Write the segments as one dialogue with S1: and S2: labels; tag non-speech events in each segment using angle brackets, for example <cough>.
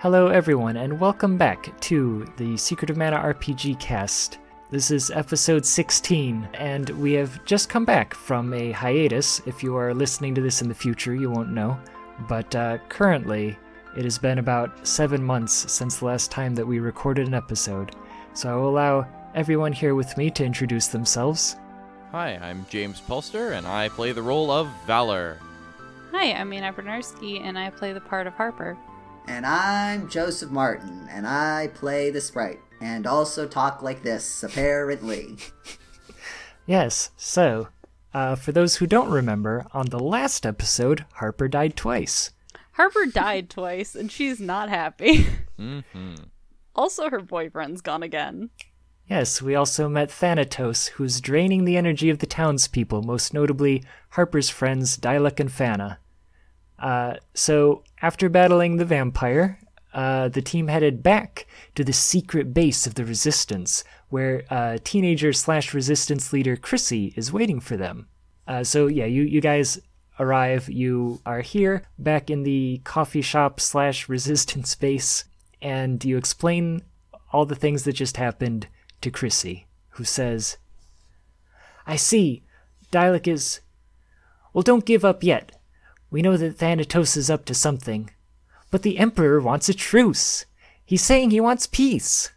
S1: Hello, everyone, and welcome back to the Secret of Mana RPG cast. This is episode 16, and we have just come back from a hiatus. If you are listening to this in the future, you won't know. But uh, currently, it has been about seven months since the last time that we recorded an episode. So I will allow everyone here with me to introduce themselves.
S2: Hi, I'm James Pulster, and I play the role of Valor.
S3: Hi, I'm Mina Bernarski, and I play the part of Harper.
S4: And I'm Joseph Martin, and I play the sprite, and also talk like this, apparently.
S1: Yes, so, uh, for those who don't remember, on the last episode, Harper died twice.
S2: <laughs>
S3: Harper died twice, and she's not happy. <laughs>
S2: Mm-hmm.
S3: also, her boyfriend's gone again.
S1: Yes, we also met Thanatos, who's draining the energy of the townspeople, most notably Harper's friends Dilek and Fana. Uh, so, after battling the vampire, uh, the team headed back to the secret base of the Resistance, where uh, teenager slash Resistance leader Chrissy is waiting for them. Uh, so, yeah, you, you guys arrive. You are here, back in the coffee shop slash Resistance base, and you explain all the things that just happened to Chrissy, who says, I see. Dalek is. Well, don't give up yet. We know that Thanatos is up to something. But the Emperor wants a truce. He's saying he wants peace.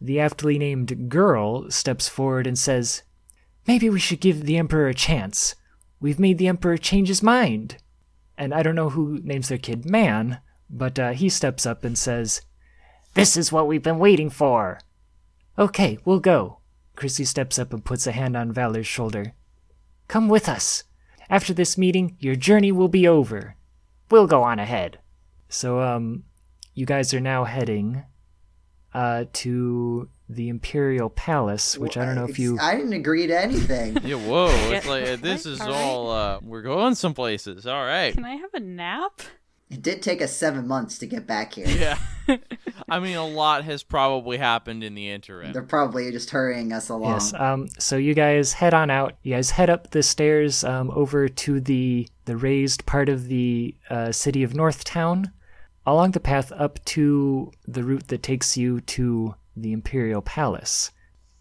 S1: The aptly named girl steps forward and says, Maybe we should give the Emperor a chance. We've made the Emperor change his mind. And I don't know who names their kid Man, but uh, he steps up and says, This is what we've been waiting for. Okay, we'll go. Chrissy steps up and puts a hand on Valor's shoulder. Come with us. After this meeting, your journey will be over. We'll go on ahead. So, um, you guys are now heading, uh, to the Imperial Palace, <laughs> which I don't know if you.
S4: I didn't agree to anything.
S2: Yeah, whoa! It's
S3: Yeah.
S2: like uh,
S3: <laughs>
S2: this is
S3: Alright.
S2: all. Uh, we're going some places. All right.
S3: Can I have a nap?
S4: it did take us seven months to get back here.
S2: <laughs> Yeah.
S3: <laughs>
S2: I mean, a lot has probably happened in the interim.
S4: They're probably just hurrying us along.
S1: Yes. Um, so you guys head on out. You guys head up the stairs um, over to the the raised part of the uh, city of Northtown, along the path up to the route that takes you to the Imperial Palace.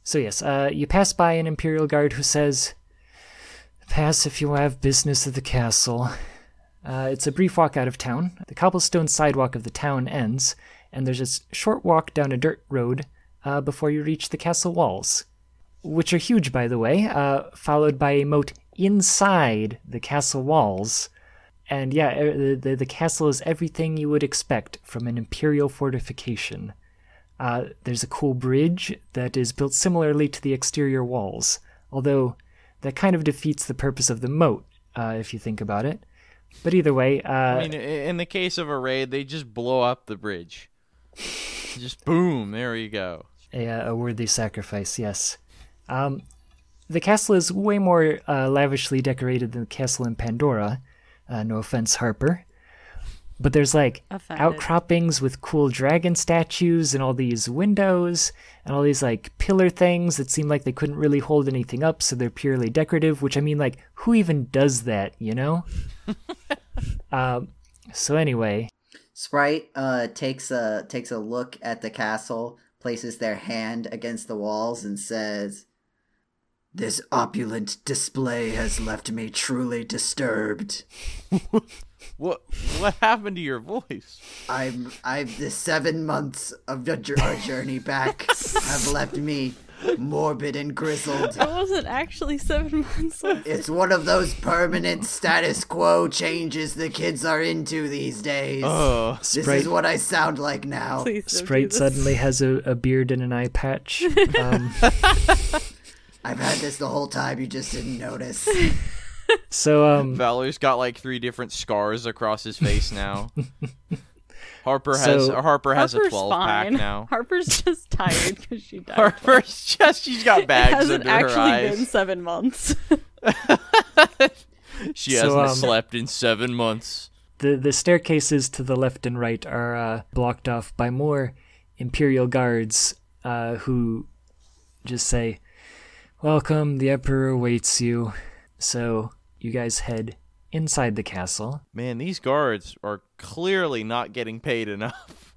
S1: So yes, uh, you pass by an Imperial guard who says, "Pass if you have business at the castle." Uh, it's a brief walk out of town. The cobblestone sidewalk of the town ends, and there's a s- short walk down a dirt road uh, before you reach the castle walls which are huge, by the way, uh, followed by a moat inside the castle walls. And yeah, er, the, the, the castle is everything you would expect from an imperial fortification. Uh, there's a cool bridge that is built similarly to the exterior walls, although that kind of defeats the purpose of the moat, uh, if you think about it. But either way, uh,
S2: I mean, i- in the case of a raid, they just blow up the bridge. just boom! There you go.
S1: a, uh, a worthy sacrifice, yes. Um, the castle is way more uh, lavishly decorated than the castle in Pandora. Uh, no offense, Harper. But there's like
S3: Offended.
S1: outcroppings with cool dragon statues and all these windows and all these like pillar things that seem like they couldn't really hold anything up, so they're purely decorative, which I mean, like, who even does that, you know? um, so, anyway,
S4: Sprite uh, takes a takes a look at the castle, places their hand against the walls, and says, "This opulent display has left me truly disturbed.
S2: What What happened to your voice?
S4: I'm I'm the seven months of the jour- our journey back have left me morbid and grizzled."
S3: It wasn't actually seven <laughs> months old.
S4: It's one of those permanent status quo changes the kids are into these days.
S2: Oh,
S4: this
S1: Sprite-
S4: is what I sound like now.
S3: Please don't do
S1: Sprite
S3: this.
S1: suddenly has a, a beard and an eye patch. Um,
S4: I've had this the whole time, you just didn't notice.
S1: so, um,
S2: Valor's got like three different scars across his face <laughs> now. Harper has
S1: So-
S2: Harper has
S3: Harper's
S2: a twelve pack
S3: fine.
S2: now. <laughs>
S3: Harper's just tired because she died.
S2: Harper's just she's got
S3: it
S2: bags
S3: hasn't
S2: under
S3: actually
S2: her
S3: been
S2: eyes. <laughs>
S3: seven months.
S2: She
S1: So,
S2: hasn't
S1: um,
S2: slept in seven months.
S1: the the staircases to the left and right are uh, blocked off by more imperial guards uh, who just say, "Welcome, the emperor awaits you." So you guys head inside the castle.
S2: Man, these guards are clearly not getting paid enough.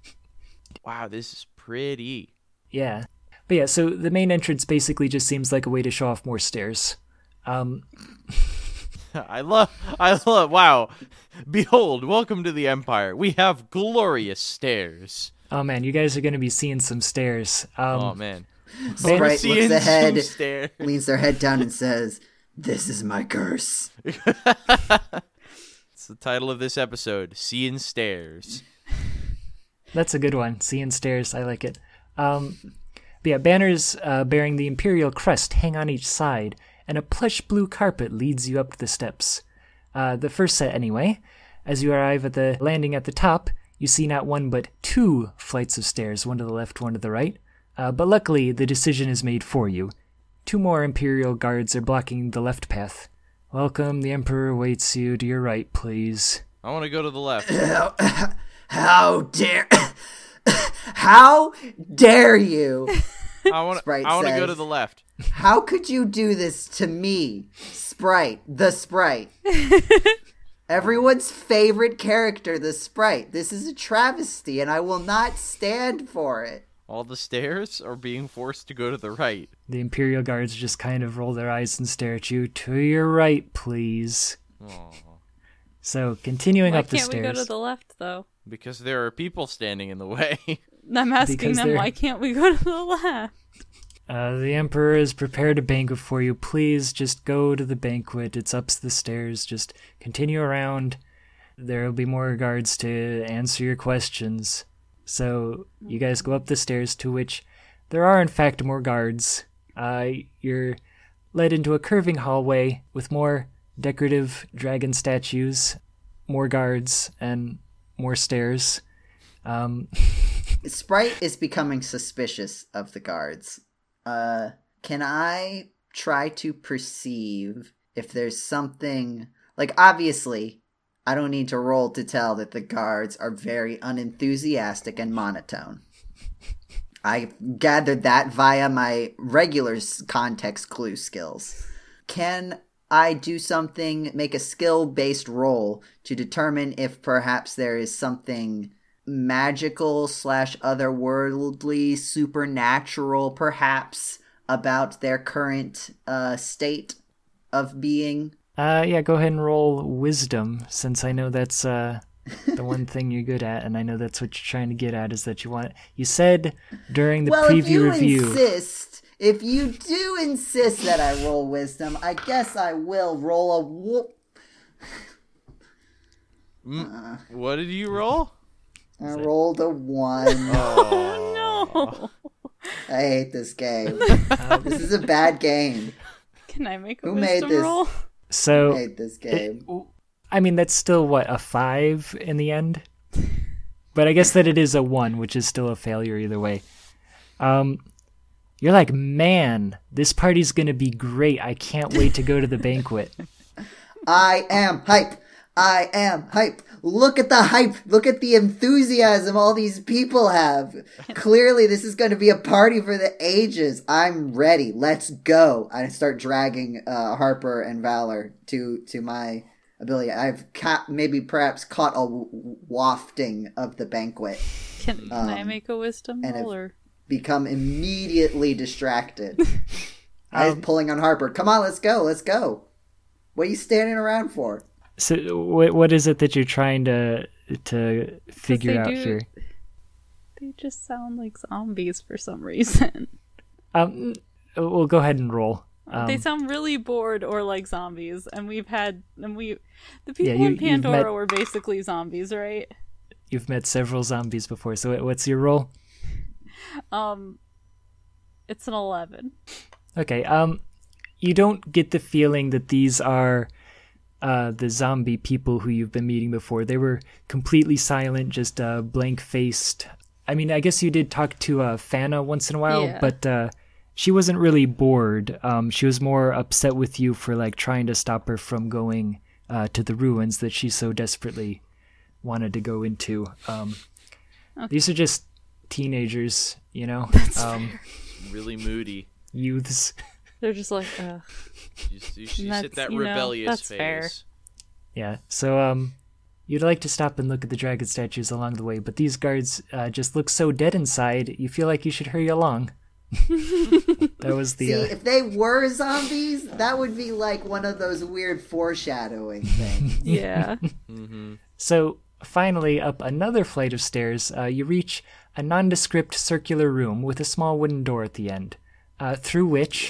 S2: <laughs> wow, this is pretty.
S1: Yeah. But yeah, so the main entrance basically just seems like a way to show off more stairs. Um,
S2: <laughs> I love, I love, wow. Behold, welcome to the Empire. We have glorious stairs.
S1: oh man, you guys are going to be seeing some stairs. Um,
S2: oh, man.
S1: Van-
S4: Sprite
S2: Seeing
S4: looks ahead,
S2: some stairs.
S4: leans their head down, and says, "This is my curse."
S2: It's the title of this episode Seeing Stairs.
S1: That's a good one. Seeing stairs, I like it. Um, but yeah, banners uh, bearing the imperial crest hang on each side, and a plush blue carpet leads you up the steps. Uh, the first set, anyway. As you arrive at the landing at the top, you see not one but two flights of stairs, one to the left, one to the right. Uh, but luckily, the decision is made for you. Two more imperial guards are blocking the left path. Welcome, the emperor waits you to your right, please.
S2: I want to go to the
S3: <laughs>
S2: left.
S4: <coughs> How dare? <coughs> How dare you?
S2: I want to
S4: Sprite
S2: I want to go
S4: says.
S2: to the left.
S4: How could you do this to me, Sprite? The Sprite. Everyone's favorite character, the Sprite. This is a travesty, and I will not stand for it.
S2: All the stairs are being forced to go to the right.
S1: The Imperial Guards just kind of roll their eyes and stare at you. To your right, please. So, continuing
S3: Why
S1: up the
S3: can't we go
S1: stairs.
S3: to the left though?
S2: Because there are people standing in the way. <laughs>
S3: I'm asking
S1: Because
S3: them
S1: they're-
S3: why can't we go to the left?
S1: uh, the Emperor has prepared a banquet for you. Please just go to the banquet. It's up the stairs. Just continue around. There will be more guards to answer your questions. So, you guys go up the stairs, to which there are, in fact, more guards. Uh, you're led into a curving hallway with more decorative dragon statues more guards and more stairs. Um,
S4: Sprite is becoming suspicious of the guards. Uh, can I try to perceive if there's something like obviously I don't need to roll to tell that the guards are very unenthusiastic and monotone. I gathered that via my regular s- context clue skills. Can I do something, make a skill based roll to determine if perhaps there is something magical slash otherworldly, supernatural, perhaps, about their current uh, state of being?
S1: uh, yeah, go ahead and roll wisdom, since I know that's uh, the one
S3: <laughs>
S1: thing you're good at, and I know that's what you're trying to get at is that you want. You said during the
S4: well, if
S1: preview
S4: you
S1: review.
S4: insist, if you do insist that I roll wisdom, I guess I will roll a. Wo-
S2: what did you roll?
S4: I rolled a one.
S1: <laughs>
S2: Oh.
S3: No.
S4: I hate
S1: <laughs>
S4: this game. this is a bad game.
S3: <laughs> Can I make a
S4: Who made
S3: wisdom
S4: this?
S3: roll?
S4: I
S1: so,
S4: hate this game.
S1: I mean, that's still what a five in the end. But I guess that it is a one, which is still a failure either way. Um, you're like, man, this party's gonna be great. I can't wait to go to the banquet.
S3: <laughs>
S4: I am hype. I am hype. Look at the hype. Look at the enthusiasm all these people have. Clearly, this is going to be a party for the ages. I'm ready. Let's go. I start dragging uh, Harper and Valor to to my ability. I've ca- maybe perhaps caught a w- wafting of the banquet.
S3: Can, can I make a wisdom
S4: Um, and if-
S3: roll? Or...
S4: Become immediately distracted. I was pulling on Harper. Come on, let's go. Let's go. What are you standing around for?
S1: So what what is it that you're trying to to figure
S3: they
S1: out
S3: do-
S1: here?
S3: They just sound like zombies for some reason. <laughs>
S1: Um, we'll go ahead and roll. Um,
S3: they sound really bored or like zombies, and we've had and we
S1: Yeah,
S3: the people
S1: you-
S3: in
S1: you've
S3: Pandora
S1: met-
S3: were basically zombies, right?
S1: You've met several zombies before, so what- what's your roll?
S3: Um, it's an eleven.
S1: Okay. Um, you don't get the feeling that these are uh, the zombie people who you've been meeting before. They were completely silent, just uh, blank faced. I mean, I guess you did talk to uh, Fana once in a while,
S3: Yeah.
S1: but uh, she wasn't really bored. Um, she was more upset with you for like trying to stop her from going uh, to the ruins that she so desperately wanted to go into. Um, These are just teenagers, you know, um,
S2: Really moody.
S1: youths.
S3: They're just like,
S1: <laughs>
S3: Ugh.
S2: You, you, you
S3: That's-
S2: hit that
S3: you know,
S2: rebellious
S3: that's
S2: phase.
S3: fair.
S1: Yeah. So um You'd like to stop and look at the dragon statues along the way, but these guards uh, just look so dead inside, you feel like you should hurry along. that was the.
S4: See,
S1: uh,
S4: if they were zombies, that would be like one of those weird
S1: <laughs>
S4: foreshadowing things.
S3: Yeah.
S1: So, finally, up another flight of stairs, uh, you reach a nondescript circular room with a small wooden door at the end, uh, through which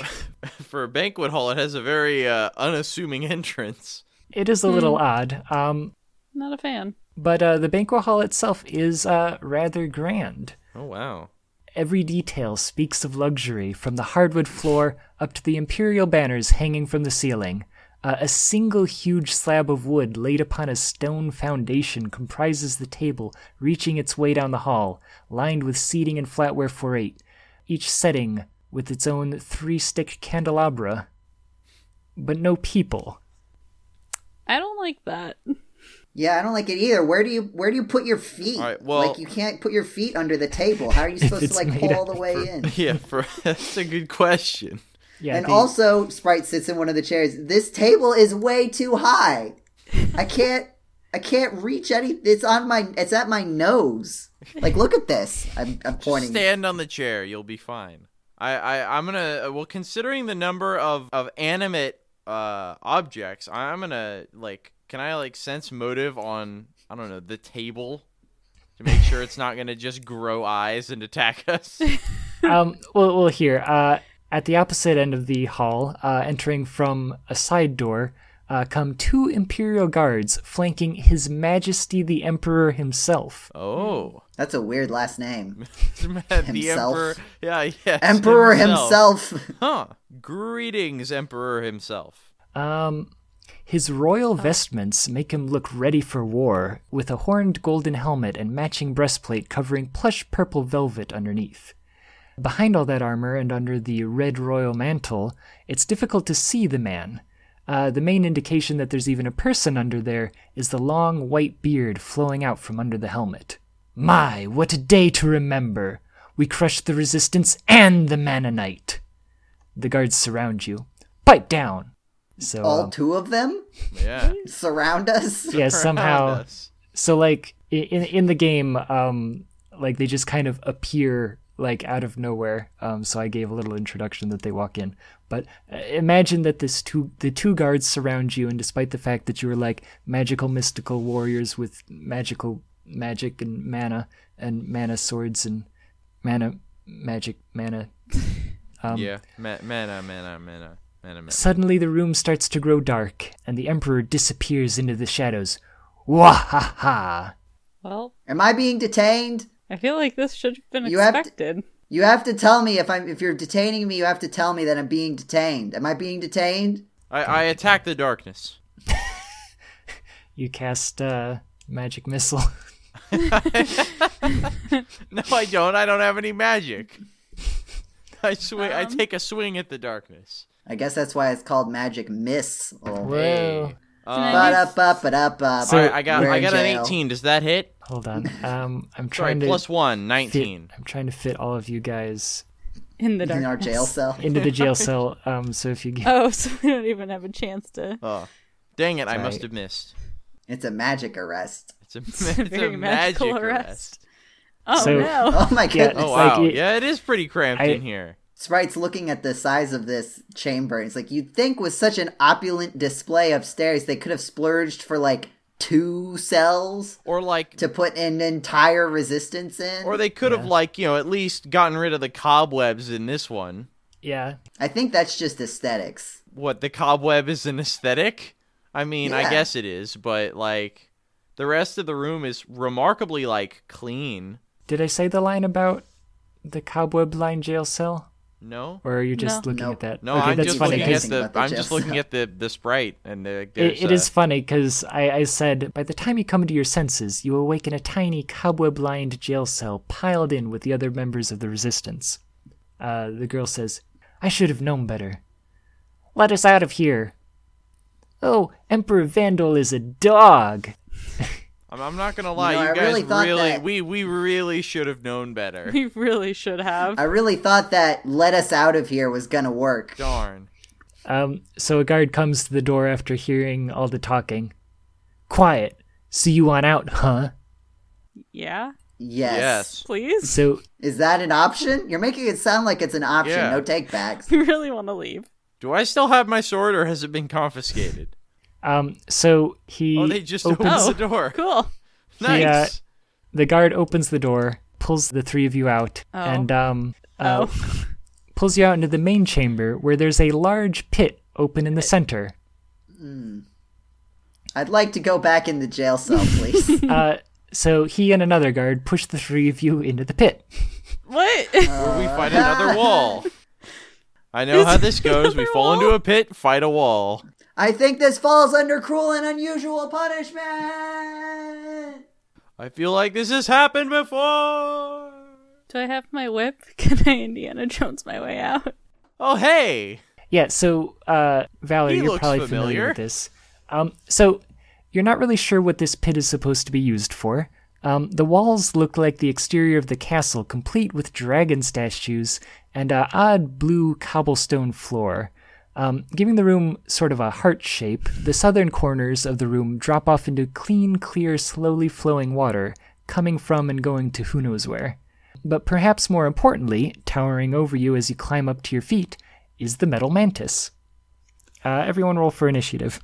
S2: For a banquet hall, it has a very uh, unassuming <laughs> entrance.
S1: it is a little odd, um,
S3: Not a fan.
S1: but uh, the banquet hall itself is uh, rather grand.
S2: Oh wow.
S1: Every detail speaks of luxury, from the hardwood floor up to the imperial banners hanging from the ceiling. Uh, a single huge slab of wood laid upon a stone foundation comprises the table, reaching its way down the hall, lined with seating and flatware for eight, each setting with its own three stick candelabra, but no people.
S3: I don't like that.
S4: yeah, I don't like it either. Where do you where do you put your feet?
S2: All right, well-
S4: like you can't put your feet under the table. How
S1: <laughs>
S4: are you supposed to
S1: It's
S4: like
S1: made
S4: pull
S1: out
S4: all the way in?
S2: <laughs> Yeah, for <laughs> that's a good question.
S1: <laughs> Yeah,
S4: and
S1: the-
S4: also, Sprite sits in one of the chairs. This table is way too high. I can't. I can't reach any. It's on my. It's at my nose. Like, look at this. I'm, I'm
S2: Just
S4: pointing.
S2: stand on the chair, you'll be fine. I, I I'm gonna uh, well considering the number of of animate uh objects, I'm gonna like can I like sense motive on I don't know the table to make sure it's not gonna just grow eyes and attack
S4: <laughs>
S2: us.
S4: Hmm.
S1: um, well, well, here uh, at the opposite end of the hall, uh, entering from a side door, uh, come two imperial guards flanking His Majesty the Emperor himself.
S4: <laughs>
S2: Oh, <laughs>
S4: That's a weird last name.
S2: the
S4: Himself.
S2: emperor. Yeah, yes,
S4: Emperor himself.
S2: Huh. Greetings, emperor himself.
S1: Um, his royal vestments make him look ready for war, with a horned golden helmet and matching breastplate covering plush purple velvet underneath. Behind all that armor and under the red royal mantle, it's difficult to see the man. Uh, the main indication that there's even a person under there is the long white beard flowing out from under the helmet. My, what a day to remember! We crushed the resistance and the Mannonite! The guards surround you. Pipe down! So,
S4: All
S1: um,
S4: two of them <laughs>
S2: Yeah.
S4: surround us.
S1: yeah, somehow.
S2: Around us.
S1: So, like, i- in, in the game, um, like, they just kind of appear, like, out of nowhere. Um, so I gave a little introduction that they walk in. But uh, imagine that this two, the two guards surround you, and despite the fact that you are, like, magical, mystical warriors with magical magic and mana, and mana swords and mana magic, mana
S4: um,
S2: yeah. oh, Ma- mana, mana, mana, mana, mana.
S1: Suddenly, the room starts to grow dark, and the Emperor disappears into the shadows. Wahaha!
S3: Well,
S4: Am I being detained?
S3: I feel like this should have been
S4: You have to-
S3: expected.
S4: You have to tell me if I'm. If you're detaining me, you have to tell me that I'm being detained. Am I being detained?
S2: I, I attack the darkness.
S1: You cast uh, magic missile. <laughs>
S2: <laughs> No, I don't. I don't have any
S3: <laughs>
S2: magic. I swing. I
S3: Um,
S2: take a swing at the darkness.
S4: I guess that's why it's called magic missile.
S1: Whoa!
S3: Can I use-
S4: Ba-da-ba-ba-da-ba.
S1: So-
S2: All right, Uh, I got.
S4: We're
S2: I
S4: in
S2: got an
S4: jail.
S2: 18. Does that hit?
S1: Hold on. Um, I'm
S2: Sorry,
S1: trying to
S2: plus one,
S1: fit,
S2: 19.
S1: I'm trying to fit all of you guys
S3: in the dark.
S4: in our
S1: <laughs>
S4: jail cell.
S1: into the
S2: <laughs>
S1: jail cell. Um, so if you get,
S3: <laughs> Oh, <laughs> so we don't even have a chance to.
S2: Oh, dang it! I must
S1: Sorry.
S2: have missed.
S4: It's a magic arrest.
S2: It's a,
S3: <laughs> It's
S2: it's
S3: a
S2: a
S3: very
S2: magic
S3: magical
S2: arrest.
S3: Oh
S1: So-
S3: no! <laughs>
S4: Oh my
S1: Yeah.
S4: goodness.
S2: Oh
S1: It's like
S2: wow!
S1: it-
S2: yeah, it is pretty cramped
S1: I-
S2: in here.
S4: Sprite's looking at the size of this chamber. It's like you'd think with such an opulent display upstairs, they could have splurged for like two cells
S2: Or like,
S4: to put an entire resistance in.
S2: or they could have like you know at least gotten rid of the cobwebs in this one.
S1: yeah,
S4: I think that's just aesthetics.
S2: What the cobweb is an aesthetic? I mean, I
S4: Yeah.
S2: guess it is, but like, the rest of the room is remarkably like clean.
S1: did I say the line about the cobweb line jail cell,
S2: No.
S1: or are you just
S3: No.
S1: looking
S4: Nope.
S1: at that?
S2: No,
S1: okay,
S2: I'm
S1: that's
S2: just
S1: funny.
S2: looking at
S1: 'cause
S4: Amazing
S2: the.
S4: about the
S2: I'm just
S4: jail
S2: looking
S4: cell.
S2: at the the sprite and the.
S1: It,
S2: there's,
S1: it is
S2: uh,
S1: funny because I, I said by the time you come to your senses, you awaken a tiny cobweb-lined jail cell piled in with the other members of the resistance. Uh, the girl says, "I should have known better. Let us out of here." Oh, Emperor Vandal is a dog.
S2: I'm, I'm not gonna lie.
S4: No,
S2: you
S4: I
S2: guys
S4: really
S2: really,
S4: thought that-
S2: we we really should have known better.
S3: <laughs> We really should have.
S4: I really thought that let us out of here was gonna work.
S2: Darn.
S1: Um, so a guard comes to the door after hearing all the talking. Quiet. See you on out, huh?
S3: Yeah,
S4: Yes.
S2: Yes.
S3: please. <laughs>
S1: So
S4: Is that an option? You're making it sound like it's an option.
S2: Yeah.
S4: No take backs.
S3: We really want to leave.
S2: Do I still have my sword, or has it been confiscated?
S1: um so he
S2: Oh, they just
S1: opens
S2: opened- Opens
S3: oh,
S2: the door.
S3: Cool.
S2: <laughs> nice.
S1: Yeah. the guard opens the door, pulls the three of you out,
S3: Oh.
S1: and um uh,
S3: Oh,
S1: pulls you out into the main chamber where there's a large pit open in the center.
S4: I'd like to go back in the jail cell,
S2: <laughs>
S4: please.
S1: uh, so he and another guard push the three of you into the pit.
S3: what?
S2: Where we find another wall.
S4: <laughs>
S2: I know
S3: Is
S2: how
S3: it
S2: this goes. We
S3: another
S2: fall into
S3: wall?
S2: a pit, fight a wall.
S4: I think this falls under cruel and unusual punishment.
S2: I feel like this has happened before.
S3: <laughs> Do I have my whip? <laughs> Can I Indiana Jones my way out?
S2: Oh, hey.
S1: Yeah, so uh, Valerie,
S2: He
S1: you're
S2: looks
S1: probably
S2: familiar.
S1: with this. Um, so you're not really sure what this pit is supposed to be used for. Um, the walls look like the exterior of the castle, complete with dragon statues and a odd blue cobblestone floor. Um, giving the room sort of a heart shape, the southern corners of the room drop off into clean, clear, slowly flowing water, coming from and going to who knows where. But perhaps more importantly, towering over you as you climb up to your feet, is the metal mantis. Uh, everyone roll for initiative.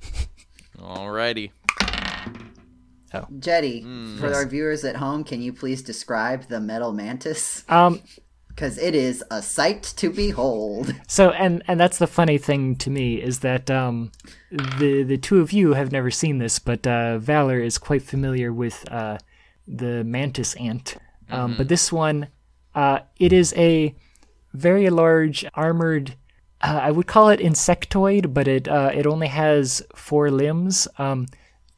S2: Alrighty.
S4: Jetty,
S2: Hmm.
S4: for our viewers at home, can you please describe the metal mantis?
S1: Um,
S4: Because it is a sight to behold.
S1: so, and and that's the funny thing to me is that um, the the two of you have never seen this, but uh, Valor is quite familiar with uh, the mantis ant. Um, But this one, uh, it is a very large armored. Uh, I would call it insectoid, but it uh, it only has four limbs, um,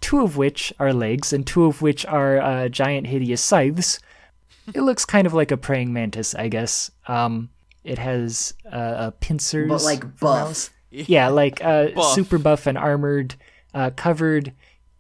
S1: two of which are legs, and two of which are uh, giant hideous scythes. it looks kind of like a praying mantis, I guess. Um, it has uh, uh, pincers,
S4: But like buff.
S1: yeah, like uh,
S2: Buff.
S1: super buff and armored, uh, covered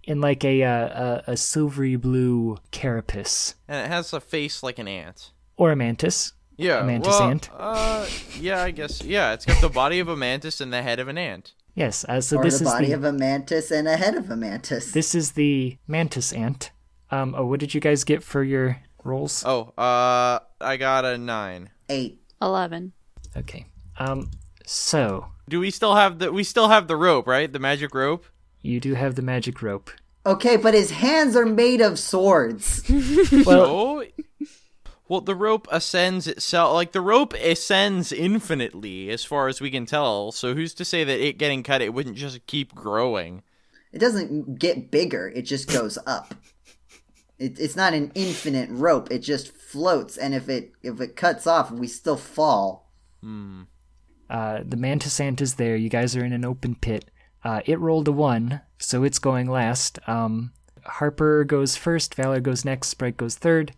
S1: in like a, uh, a a silvery blue carapace
S2: And it has a face like an ant.
S1: or a mantis.
S2: Yeah.
S1: A mantis
S2: well,
S1: ant.
S2: Uh, yeah, I guess. Yeah, it's got the body of a mantis and the head of an ant.
S1: Yes, uh, <laughs> so
S4: Or
S1: this
S4: the
S1: is
S4: body
S1: the
S4: of a mantis and a head of a mantis.
S1: this is the mantis ant. Um, oh, what did you guys get for your rolls?
S2: Oh, uh, I got a nine.
S4: Eight.
S3: Eleven.
S1: Okay. Um, so
S2: Do we still have the? We still have the rope, right? The magic rope.
S1: you do have the magic rope.
S4: Okay, but his hands are made of swords.
S1: <laughs> Well,
S2: Oh. Well, the rope ascends itself. Like the rope ascends infinitely, as far as we can tell. So who's to say that it getting cut, it wouldn't just keep growing?
S4: It doesn't get bigger, it just goes up. It, it's not an infinite rope, it just floats and if it if it cuts off, we still fall.
S1: uh, the mantis ant is there. You guys are in an open pit. Uh, it rolled a one, so it's going last. Um, Harper goes first. Valor goes next. Sprite goes third.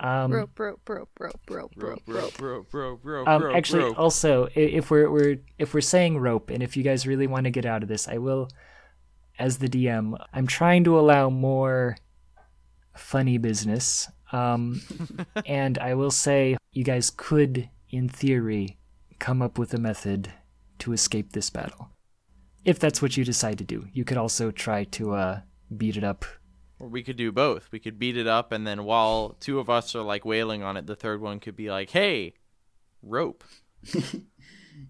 S1: Um,
S3: Rope, rope, rope, rope, rope,
S2: Rope,
S3: rope,
S2: rope, rope, rope, rope,
S1: Um,
S2: rope.
S1: actually,
S2: rope.
S1: also, i- if we're we're if we're saying rope, and if you guys really want to get out of this, I will, as the DM, I'm trying to allow more funny business. Um, and I will say, you guys could, in theory, come up with a method to escape this battle, if that's what you decide to do. You could also try to uh, beat it up.
S2: Or we could do both. We could beat it up, and then while two of us are like wailing on it, the third one could be like, "Hey, rope."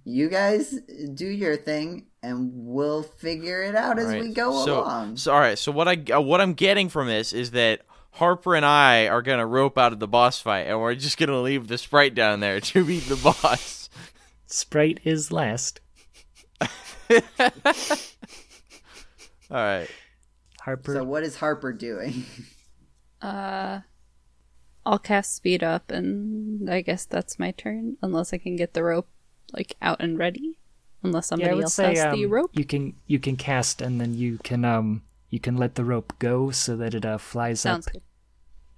S4: You guys do your thing and we'll figure it out as
S2: Alright,
S4: we go
S2: so,
S4: along.
S2: So all right. So what I uh, what I'm getting from this is that Harper and I are gonna rope out of the boss fight, and we're just gonna leave the sprite down there <laughs> to beat the boss.
S1: Sprite is last.
S2: All right.
S1: Harper.
S4: So what is Harper doing? <laughs>
S3: Uh, I'll cast speed up, and I guess that's my turn, unless I can get the rope like out and ready, unless
S1: Yeah, I
S3: somebody
S1: would
S3: else
S1: say,
S3: has the
S1: um,
S3: rope.
S1: You can you can cast and then you can um you can let the rope go so that it uh, flies
S3: Sounds
S1: up
S3: good.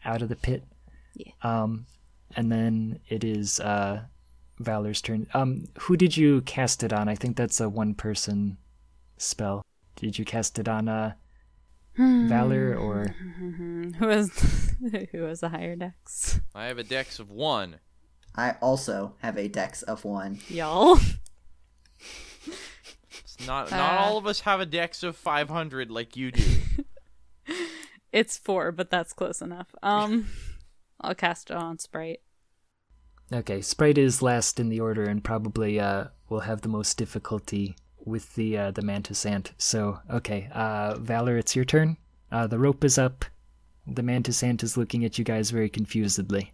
S1: out of the pit.
S3: Yeah.
S1: Um, and then it is uh Valor's turn. Um, who did you cast it on? I think that's a one person spell. Did you cast it on uh
S3: Hmm.
S1: Valor or
S3: <laughs> Who has <laughs> who has a higher dex?
S2: I have a dex of one.
S4: I also have a dex of one.
S3: Y'all. <laughs>
S2: It's not not
S3: Uh.
S2: all of us have a dex of 500 like you do.
S3: It's four, but that's close enough. <laughs> Um, I'll cast it on Sprite.
S1: Okay, Sprite is last in the order and probably uh, will have the most difficulty with the uh, the mantis ant. So okay, uh, Valor, it's your turn. Uh, the rope is up. The mantis ant is looking at you guys very confusedly.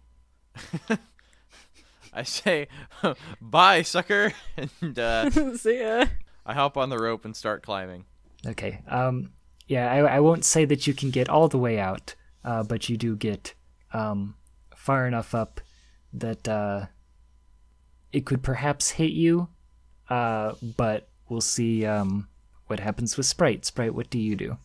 S2: I say, <laughs> bye, sucker, <laughs> and uh,
S3: <laughs> See ya.
S2: I hop on the rope and start climbing.
S1: Okay. Um, yeah, I, I won't say that you can get all the way out, uh, but you do get um, far enough up that uh, it could perhaps hit you, uh, but we'll see um, what happens with Sprite. Sprite, what do you do?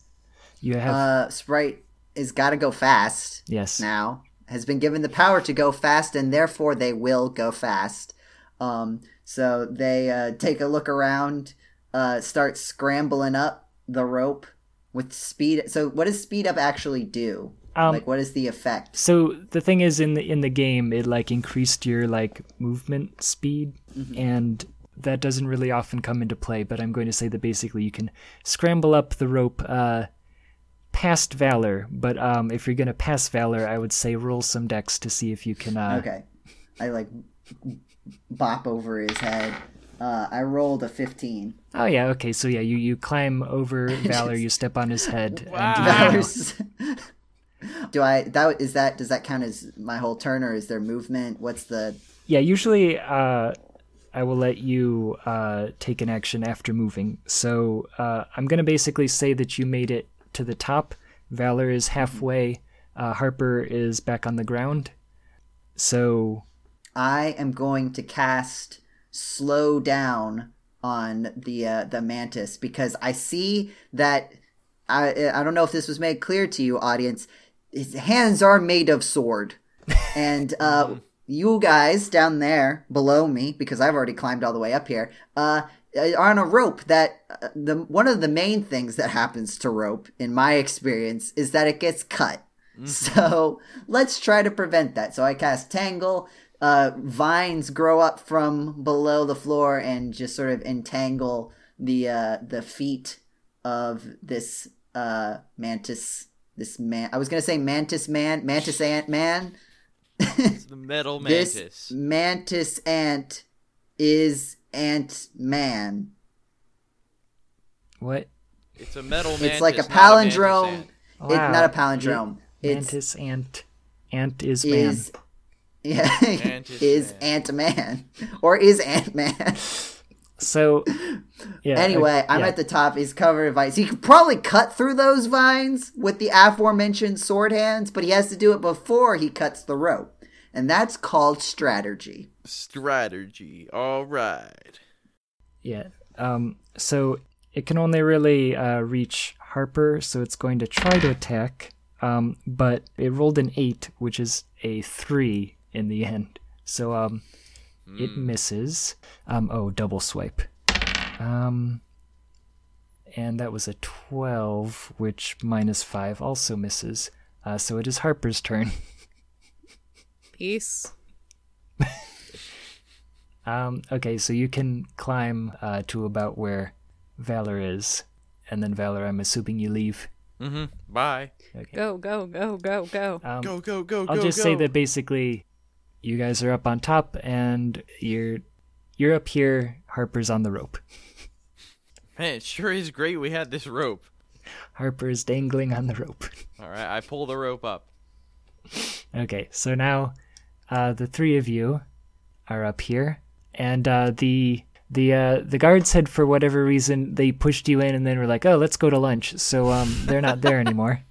S1: You have.
S4: Uh, Sprite has got to go fast
S1: yes.
S4: now. Has been given the power to go fast, and therefore they will go fast. Um, so they uh, take a look around, uh, start scrambling up the rope with speed. So what does speed up actually do?
S1: Um,
S4: like, what is the effect?
S1: So the thing is, in the in the game, it like increased your like movement speed, and that doesn't really often come into play. But I'm going to say that basically you can scramble up the rope uh, past Valor. But um, if you're going to pass Valor, I would say roll some decks to see if you can. Uh,
S4: Okay, I like bop over his head. Uh, I rolled a fifteen.
S1: Oh yeah. Okay. So yeah, you you climb over Valor, you step on his head. and you-
S4: <laughs> Valor's. Do I that is that does that count as my whole turn or is there movement? What's the
S1: yeah. Usually, uh, I will let you uh, take an action after moving. So uh, I'm going to basically say that you made it to the top. Valor is halfway. Uh, Harper is back on the ground. So
S4: I am going to cast slow down on the uh, the mantis because I see that I I don't know if this was made clear to you audience his hands are made of sword and uh you guys down there below me because I've already climbed all the way up here uh are on a rope that uh, the one of the main things that happens to rope in my experience is that it gets cut
S2: Mm-hmm.
S4: so let's try to prevent that. So I cast Tangle. Uh, vines grow up from below the floor and just sort of entangle the uh, the feet of this uh, mantis. This man. I was gonna say mantis man, mantis ant man.
S2: It's the metal mantis.
S4: This mantis ant is ant man.
S1: what?
S2: It's a metal mantis.
S4: It's like a
S2: not mantis
S4: palindrome.
S2: ant.
S4: It's
S1: Wow.
S4: not a palindrome. It's
S1: Mantis ant. Ant is man.
S4: is <laughs> yeah
S2: Mantis
S4: is
S2: man.
S4: Ant Man <laughs> or is Ant Man?
S1: So yeah.
S4: anyway,
S1: I,
S4: I'm
S1: yeah.
S4: at the top. He's covered in vines. He could probably cut through those vines with the aforementioned sword hands, but he has to do it before he cuts the rope, and that's called strategy.
S2: Strategy. All right.
S1: Yeah. Um, so it can only really uh, reach Harper, so it's going to try to attack, um, but it rolled an eight, which is a three in the end. So um, it misses. Um, oh, double swipe. Um, and that was a 12, which minus five also misses. Uh, so it is Harper's turn. <laughs>
S3: Peace.
S1: Um, okay, so you can climb uh, to about where Valor is, and then Valor, I'm assuming you leave.
S2: Mm-hmm. Bye.
S3: Go, go, go, go, go.
S1: Um,
S2: Go go go go.
S1: I'll just
S2: go.
S1: say that basically, you guys are up on top, and you're you're up here. Harper's on the rope.
S2: Man, it sure is great. We had this rope.
S1: Harper is dangling on the rope. <laughs>
S2: All right, I pull the rope up.
S1: Okay, so now uh, the three of you are up here, and uh, the the uh, the guards had for whatever reason they pushed you in, and then were like, "Oh, let's go to lunch." So um, they're not
S2: <laughs>
S1: there anymore.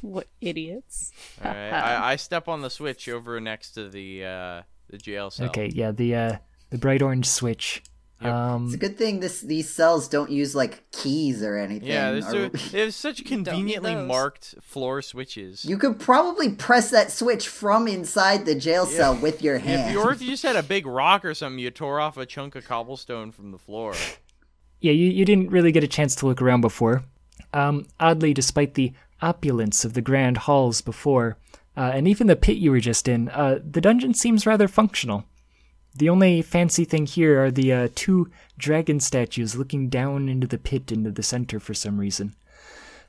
S3: What idiots.
S2: All right, I, I step on the switch over next to the uh, the jail cell.
S1: Okay, yeah, the uh, the bright orange switch.
S4: It's a
S1: Um,
S4: good thing this these cells don't use like keys or anything.
S2: Yeah, there's
S4: or-
S2: so, they have such conveniently
S3: those.
S2: marked floor switches.
S4: you could probably press that switch from inside the jail cell with your
S2: if
S4: hand.
S2: you, or if you just had a big rock or something, you tore off a chunk of cobblestone from the floor.
S1: yeah, you, you didn't really get a chance to look around before. Um, oddly, despite the opulence of the grand halls before, uh, and even the pit you were just in, uh, the dungeon seems rather functional. The only fancy thing here are the uh, two dragon statues looking down into the pit into the center for some reason.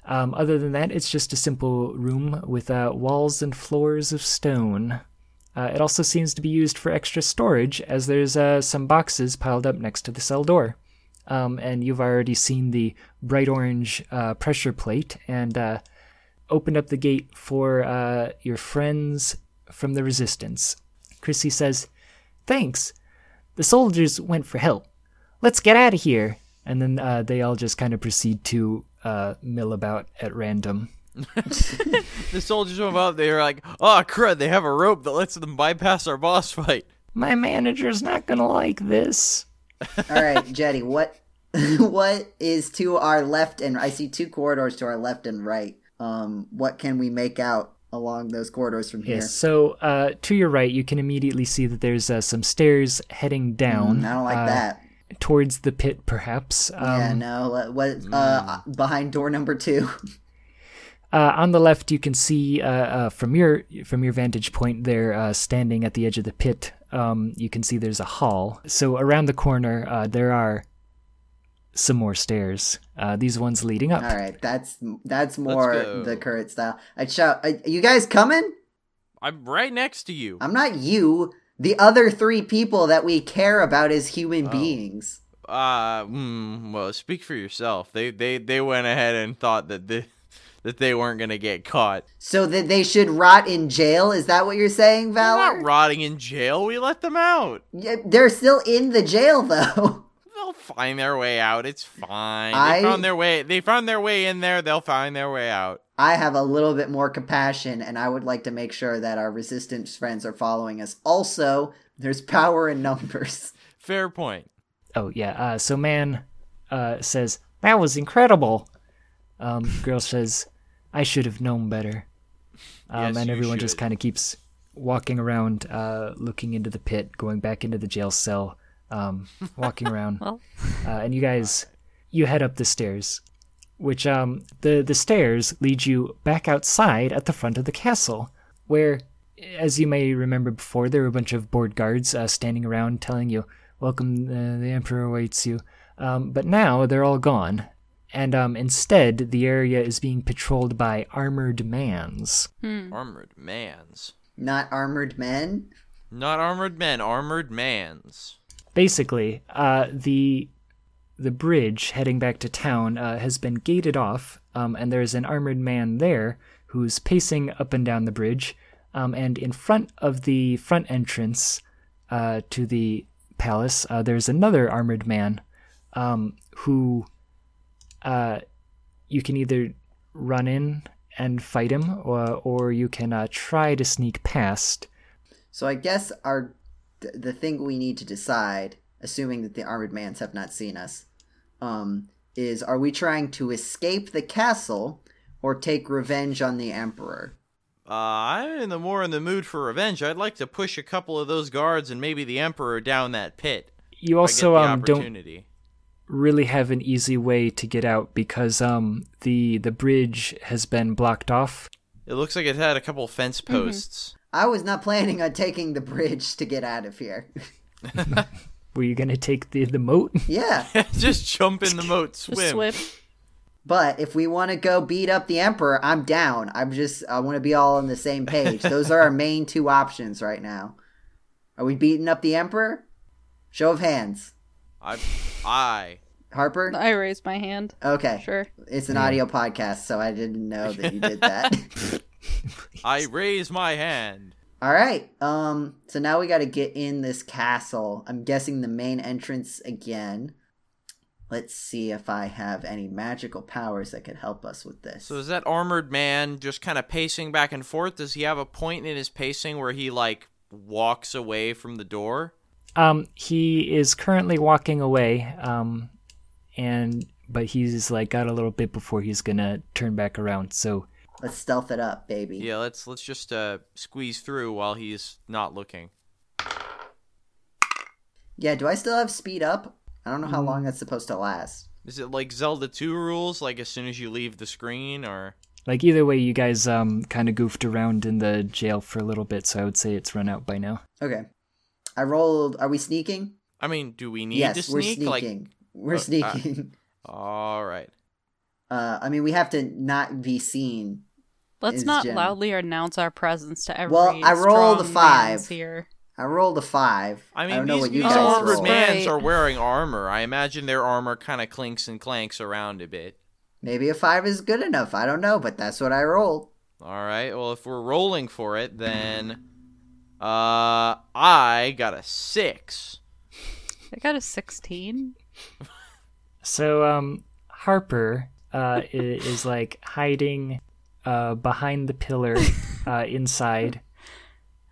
S1: Um, other than that, it's just a simple room with uh, walls and floors of stone. Uh, it also seems to be used for extra storage, as there's uh, some boxes piled up next to the cell door. Um, and you've already seen the bright orange uh, pressure plate and uh, opened up the gate for uh, your friends from the resistance. Chrissy says, Thanks. The soldiers went for help. Let's get out of here. And then uh, they all just kind of proceed to uh, mill about at random.
S2: The soldiers went up. They were like, "Oh crud! They have a rope that lets them bypass our boss fight."
S1: My manager's not going to like this.
S4: <laughs> All right, Jetty, what <laughs> what is to our left and I see two corridors to our left and right. Um, what can we make out along those corridors from here?
S1: Yes. So uh, to your right, you can immediately see that there's uh, some stairs heading down
S4: Mm, I don't like
S1: uh,
S4: that.
S1: towards the pit, perhaps. Um,
S4: yeah, no. What, what
S2: Mm.
S4: uh, behind door number two?
S1: Uh, on the left, you can see uh, uh, from your from your vantage point there, uh, standing at the edge of the pit. Um, you can see there's a hall. So around the corner, uh, there are some more stairs. Uh, these ones leading <laughs> up.
S4: All right, that's that's more
S2: go.
S4: the current style. I shout, uh, "You guys coming?"
S2: I'm right next to you.
S4: I'm not you. The other three people that we care about as
S2: Oh.
S4: human beings.
S2: Uh, mm, well, speak for yourself. They they they went ahead and thought that the, that they weren't gonna get caught.
S4: So that they should rot in jail? Is that what you're saying,
S2: They're
S4: Valor?
S2: not rotting in jail. We let them out.
S4: Yeah, They're still in the jail, <laughs> though.
S2: They'll find their way out. It's fine.
S4: I-
S2: They found their way. They found their way in there. They'll find their way out.
S4: I have a little bit more compassion, and I would like to make sure that our resistance friends are following us. Also, there's power in numbers.
S2: Fair point.
S1: Oh yeah. Uh, so man uh, says that was incredible. Um, girl says, "I should have known better." Um,
S2: Yes,
S1: and
S2: you
S1: everyone just
S2: should.
S1: kind of keeps walking around, uh, looking into the pit, going back into the jail cell, um, walking around.
S3: Well.
S1: uh, and you guys, you head up the stairs, which um, the the stairs lead you back outside at the front of the castle, where, as you may remember before, there were a bunch of board guards uh, standing around telling you, "Welcome, uh, the emperor awaits you." Um, but now they're all gone, and um, instead the area is being patrolled by armored mans.
S4: Hmm.
S2: Armored mans,
S4: Not armored men.
S2: not armored men. Armored mans.
S1: basically uh, the the bridge heading back to town uh, has been gated off um, and there's an armored man there who's pacing up and down the bridge um, and in front of the front entrance uh, to the palace uh, there's another armored man um, who uh, you can either run in and fight him or, or you can uh, try to sneak past
S4: So I guess our th- the thing we need to decide, assuming that the armored mans have not seen us, um, is are we trying to escape the castle or take revenge on the emperor?
S2: Uh, I'm in the more in the mood for revenge. I'd like to push a couple of those guards and maybe the emperor down that pit.
S1: you
S2: if I get
S1: also
S2: the
S1: um, don't
S2: opportunity.
S1: really have an easy way to get out because um the the bridge has been blocked off.
S2: It looks like it had a couple fence posts. <laughs>
S4: I was not planning on taking the bridge to get out of here.
S1: Were you gonna take the the moat? <laughs>
S4: yeah,
S2: Just jump in the moat, swim.
S3: Just swim.
S4: but if we want to go beat up the emperor, I'm down. I'm just I want to be all on the same page. Those are our main two options right now. Are we beating up the emperor? Show of hands.
S2: I, I.
S4: Harper?
S3: I raise my hand.
S4: Okay.
S3: Sure.
S4: It's an audio podcast, so I didn't know that you did that. <laughs>
S2: I raise my hand.
S4: All right. Um so now we got to get in this castle. I'm guessing the main entrance again. Let's see if I have any magical powers that could help us with this.
S2: So is that armored man just kind of pacing back and forth? Does he have a point in his pacing where he like walks away from the door?
S1: Um, he is currently walking away. Um, and but he's like got a little bit before he's gonna turn back around. So
S4: Let's stealth it up, baby.
S2: Yeah, let's let's just uh, squeeze through while he's not looking.
S4: Yeah, do I still have speed up? I don't know how
S2: Mm.
S4: long that's supposed to last.
S2: Is it like Zelda 2 rules, like as soon as you leave the screen, or
S1: like either way, you guys um kind of goofed around in the jail for a little bit. So I would say it's run out by now.
S4: Okay. I rolled Are we sneaking?
S2: I mean, do we need
S4: yes,
S2: to
S4: we're
S2: sneak? Like,
S4: sneaking. <laughs> we're
S2: uh,
S4: sneaking.
S2: all right,
S4: Uh, I mean, we have to not be seen.
S3: Let's
S4: Is
S3: not
S4: Jen-
S3: loudly announce our presence to every.
S4: Well, I rolled a
S3: strong
S4: five.
S3: man's here.
S4: I rolled a five.
S2: I mean,
S4: don't know
S2: these,
S4: what you
S2: these
S4: guys
S3: Oh,
S2: armored
S4: rolled.
S3: man-
S2: mans
S3: Right.
S2: are wearing armor. I imagine their armor kind of clinks and clanks around a bit.
S4: Maybe a five is good enough. I don't know, but that's what I rolled.
S2: All right. Well, if we're rolling for it, then uh, I got a six.
S3: I got a sixteen.
S1: So um, Harper uh, i- is like hiding uh, behind the pillar uh, inside,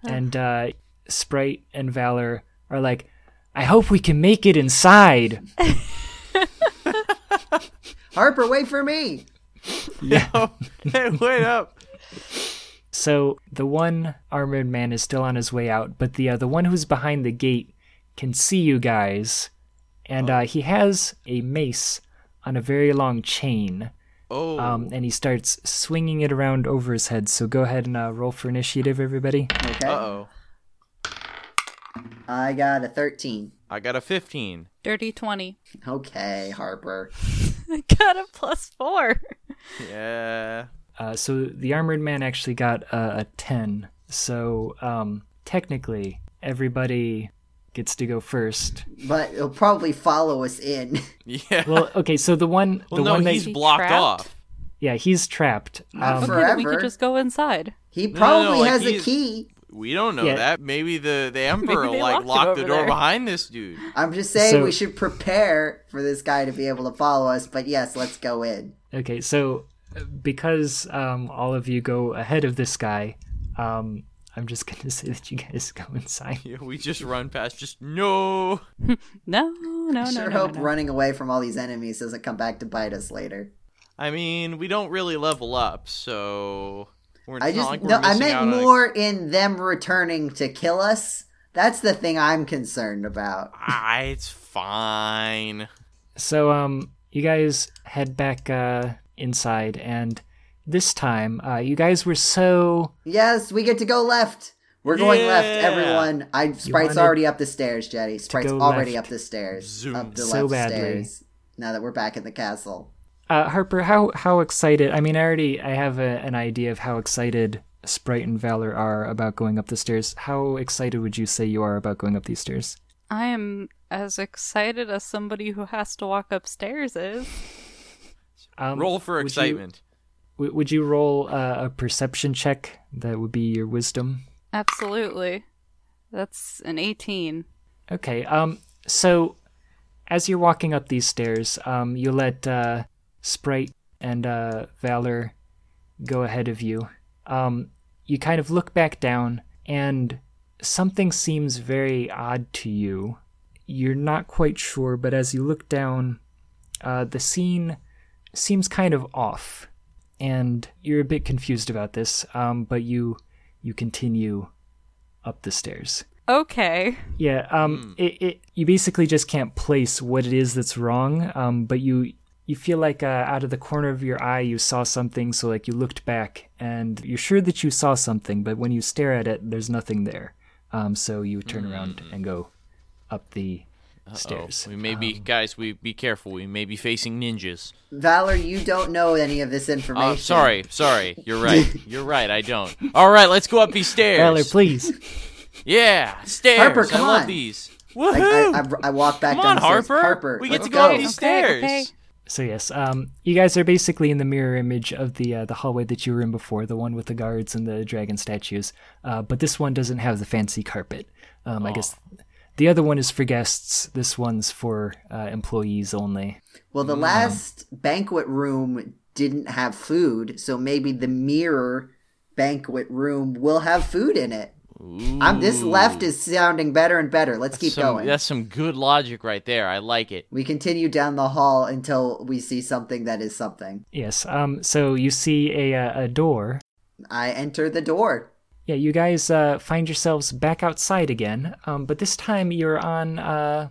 S1: and uh, Sprite and Valor are like, "I hope we can make it inside."
S4: Harper, wait for me.
S2: Yeah. wait up.
S1: So the one armored man is still on his way out, but the uh, the one who's behind the gate can see you guys, and uh, he has a mace on a very long chain,
S2: Oh,
S1: um, and he starts swinging it around over his head. So go ahead and uh, roll for initiative, everybody.
S4: Okay.
S2: uh oh.
S4: I got a 13.
S2: I got a 15.
S3: Dirty twenty. <laughs>
S4: Okay, Harper.
S3: I got a plus
S4: <laughs>
S3: four.
S2: Yeah. <laughs>
S1: Uh, so the armored man actually got a, a 10. So um, technically, everybody gets to go first.
S4: But he'll probably follow us in. <laughs>
S2: Yeah. Well,
S1: Well, okay, so the one, the
S2: no,
S1: one that,
S2: he's
S3: He
S2: blocked
S3: trapped?
S2: off.
S1: yeah, he's trapped.
S4: Not
S1: Um,
S4: for-
S3: Okay, then we
S4: Forever.
S3: could just go inside.
S4: He
S2: no,
S4: probably
S2: like,
S4: has a
S2: he's-
S4: key.
S2: We don't know
S1: Yeah.
S2: that. Maybe the the emperor
S3: they
S2: like
S3: locked him
S2: locked the
S3: over
S2: door
S3: there.
S2: behind this dude.
S4: I'm just saying
S1: So-
S4: we should prepare for this guy to be able to follow us. But yes, let's go in.
S1: okay, so uh, because um, all of you go ahead of this guy, um, I'm just going to <laughs> say that you guys go inside.
S2: Yeah, we just run past. Just no.
S3: No, no,
S4: I sure
S3: no, no,
S4: hope
S3: no, no.
S4: running away from all these enemies doesn't come back to bite us later.
S2: I mean, we don't really level up, so we're
S4: I
S2: it's not
S4: just
S2: like we're
S4: no, I
S2: missing out
S4: meant
S2: on a-
S4: more in them returning to kill us. That's the thing I'm concerned about.
S2: Ah, it's fine.
S1: So um you guys head back uh inside and this time uh you guys were so
S4: Yes, we get to go left. We're going left,
S2: Yeah.
S4: everyone. I Sprite's
S1: wanted
S4: already up the stairs, Jetty. Sprite's
S1: go
S4: already
S1: left
S4: up the stairs.
S2: Zoom.
S4: Up the
S1: So
S4: left
S1: badly.
S4: stairs. Now that we're back in the castle.
S1: uh Harper how how excited I mean I already I have a, an idea of how excited Sprite and Valor are about going up the stairs. How excited would you say you are about going up these stairs?
S3: I am as excited as somebody who has to walk upstairs is.
S1: Um,
S2: Roll for
S1: would you-
S2: excitement.
S1: w- would you roll uh, a perception check? That would be your wisdom.
S3: Absolutely. That's an 18.
S1: Okay. Um. So, as you're walking up these stairs, um, you let uh, Sprite and uh, Valor go ahead of you. Um, you kind of look back down, and something seems very odd to you. You're not quite sure, but as you look down, uh, the scene seems kind of off, and you're a bit confused about this. Um, but you you continue up the stairs.
S3: Okay.
S1: Yeah, um, it, it you basically just can't place what it is that's wrong, um, but you you feel like uh, out of the corner of your eye you saw something, so like you looked back and you're sure that you saw something, but when you stare at it, there's nothing there. Um, so you turn around and go up the stairs.
S2: Oh, we may be guys. We be careful. We may be facing ninjas.
S4: Valor, you don't know any of this information. <laughs>
S2: Uh, sorry, sorry. You're right. You're right. I don't. All right, let's go up these stairs.
S1: Valor, please.
S2: Yeah, stairs.
S4: Harper, come
S2: I love
S4: on.
S2: these.
S4: Like,
S2: Woohoo!
S4: I, I, I walk back
S2: come
S4: down
S2: on,
S4: the stairs.
S2: Harper.
S4: Harper,
S2: We get
S4: let's
S2: to go up
S4: go.
S2: these
S3: Okay,
S2: stairs.
S3: okay.
S1: so yes, um, you guys are basically in the mirror image of the uh, the hallway that you were in before, the one with the guards and the dragon statues. Uh, but this one doesn't have the fancy carpet. Um, I guess the other one is for guests. This one's for uh, employees only.
S4: Well, the last banquet room didn't have food, so maybe the mirror banquet room will have food in it. I'm this left is sounding better and better. Let's keep
S2: Some-
S4: going.
S2: That's some good logic right there. I like it.
S4: We continue down the hall until we see something that is something.
S1: Yes. Um. So you see a uh, a door.
S4: I enter the door.
S1: Yeah. You guys uh, find yourselves back outside again. Um. But this time you're on uh,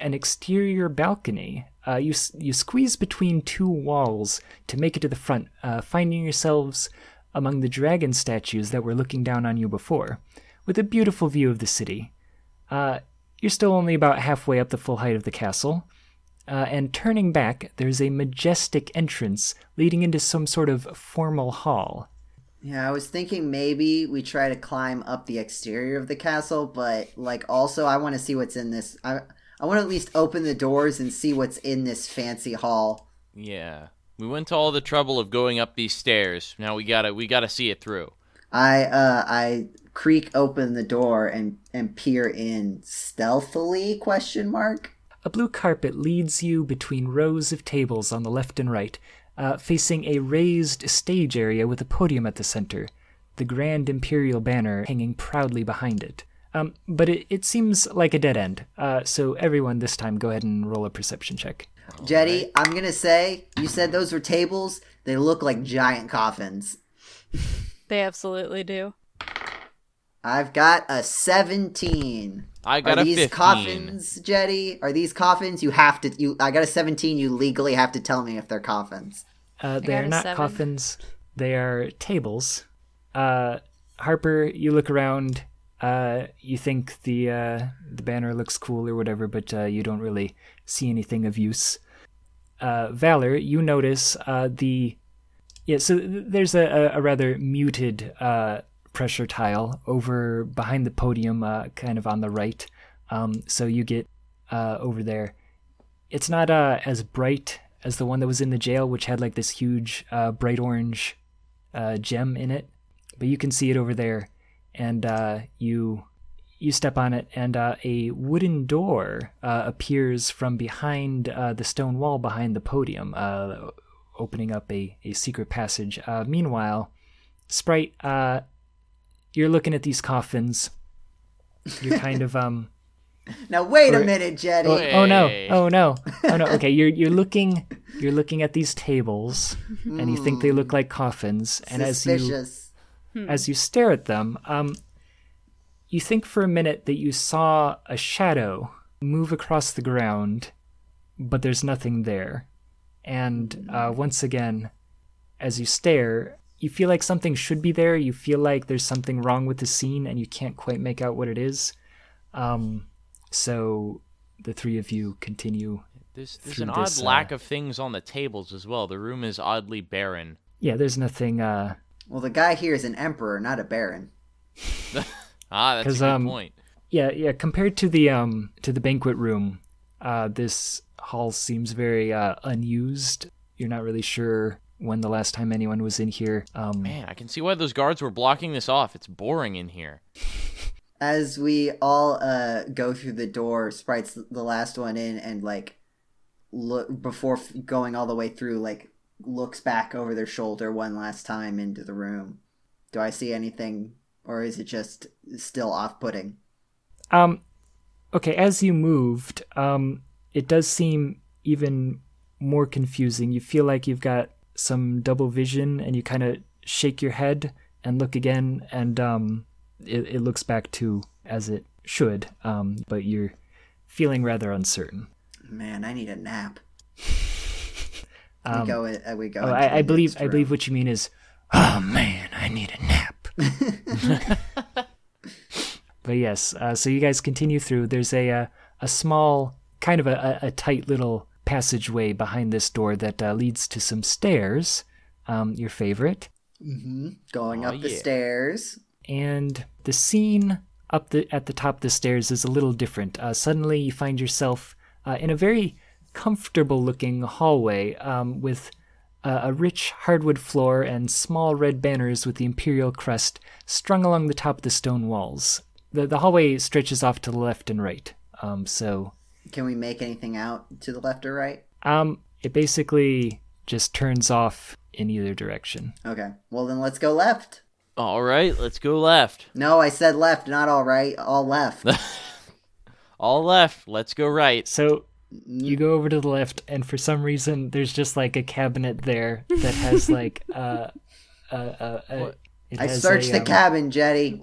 S1: an exterior balcony. Uh, you s- you squeeze between two walls to make it to the front, uh, finding yourselves among the dragon statues that were looking down on you before, with a beautiful view of the city. Uh, you're still only about halfway up the full height of the castle. uh, and turning back, there's a majestic entrance leading into some sort of formal hall.
S4: Yeah, I was thinking maybe we try to climb up the exterior of the castle, but like also I want to see what's in this. I I want to at least open the doors and see what's in this fancy hall.
S2: Yeah. We went to all the trouble of going up these stairs. Now we gotta we gotta see it through.
S4: I uh I creak open the door and and peer in stealthily question mark.
S1: A blue carpet leads you between rows of tables on the left and right, uh, facing a raised stage area with a podium at the center, the grand imperial banner hanging proudly behind it. Um, but it, it seems like a dead end, uh, so everyone this time go ahead and roll a perception check.
S4: Jetty, I'm gonna say you said those were tables. They look like giant coffins.
S3: They absolutely do.
S4: I've got a 17.
S2: I got
S4: Are
S2: a
S4: these
S2: 15.
S4: coffins, Jetty? Are these coffins? You have to. You. I got a 17. You legally have to tell me if they're coffins.
S1: Uh, they
S3: got
S1: are
S3: a
S1: not
S3: seven.
S1: coffins. They are tables. Uh, Harper, you look around. Uh, you think the uh, the banner looks cool or whatever, but uh, you don't really see anything of use. Uh, Valor, you notice uh, the yeah. So th- there's a, a- a rather muted uh, pressure tile over behind the podium, uh, kind of on the right. Um, so you get uh, over there it's not uh, as bright as the one that was in the jail, which had like this huge uh, bright orange uh, gem in it. But you can see it over there, and uh, you you step on it, and uh, a wooden door uh, appears from behind uh, the stone wall behind the podium, uh, opening up a, a secret passage. Uh, meanwhile, Sprite, uh, you're looking at these coffins. You're kind of um.
S4: Now wait a
S1: Okay.
S4: minute, Jetty.
S1: Oh, oh no!
S2: Hey.
S1: Oh no! Oh no! Okay, you're you're looking you're looking at these tables, and you think they look like coffins. And as
S4: Suspicious.
S1: you as you stare at them, um, you think for a minute that you saw a shadow move across the ground, but there's nothing there. And uh, once again, as you stare, you feel like something should be there. You feel like there's something wrong with the scene, and you can't quite make out what it is. Um, so the three of you continue.
S2: There's, there's
S1: through
S2: an odd
S1: this, uh,
S2: lack of things on the tables as well. The room is oddly barren.
S1: Yeah, there's nothing. Uh,
S4: Well, the guy here is an emperor, not a baron.
S2: Ah, that's
S1: 'Cause,
S2: a good
S1: um,
S2: point.
S1: yeah, yeah. Compared to the um to the banquet room, uh, this hall seems very uh, unused. You're not really sure when the last time anyone was in here. Um,
S2: Man, I can see why those guards were blocking this off. It's boring in here.
S4: As we all uh, go through the door, Sprite's the last one in, and like look before f- going all the way through, like looks back over their shoulder one last time into the room. Do I see anything, or is it just still off-putting?
S1: Um, okay, as you moved, um, it does seem even more confusing. You feel like you've got some double vision, and you kind of shake your head and look again, and um, it, it looks back to as it should, um, but you're feeling rather uncertain.
S4: Man, I need
S1: <laughs>
S4: a nap.
S1: Um,
S4: we go. Uh, we go.
S1: oh,
S4: into
S1: I, I
S4: the
S1: believe
S4: next
S1: I
S4: room.
S1: believe what you mean is, oh man, I need a nap. but yes, uh, so you guys continue through. There's a uh, a small, kind of a, a, a tight little passageway behind this door that uh, leads to some stairs. Um, your favorite,
S4: Going
S2: Aw,
S4: up the
S2: yeah.
S4: stairs.
S1: and the scene up the at the top of the stairs is a little different. Uh, suddenly, you find yourself uh, in a very comfortable-looking hallway um, with uh, a rich hardwood floor and small red banners with the imperial crest strung along the top of the stone walls. The the hallway stretches off to the left and right. Um, so
S4: Can we make anything out to the left or right?
S1: um, it basically just turns off in either direction.
S4: Okay. Well, then let's go left.
S2: All right, let's go left.
S4: No, I said left, not all right. All left.
S2: All left. Let's go right.
S1: So you go over to the left, and for some reason, there's just like a cabinet there that has
S4: <laughs>
S1: like uh, uh, uh, uh it
S4: I
S1: has
S4: searched
S1: a,
S4: the
S1: um,
S4: cabin, Jetty.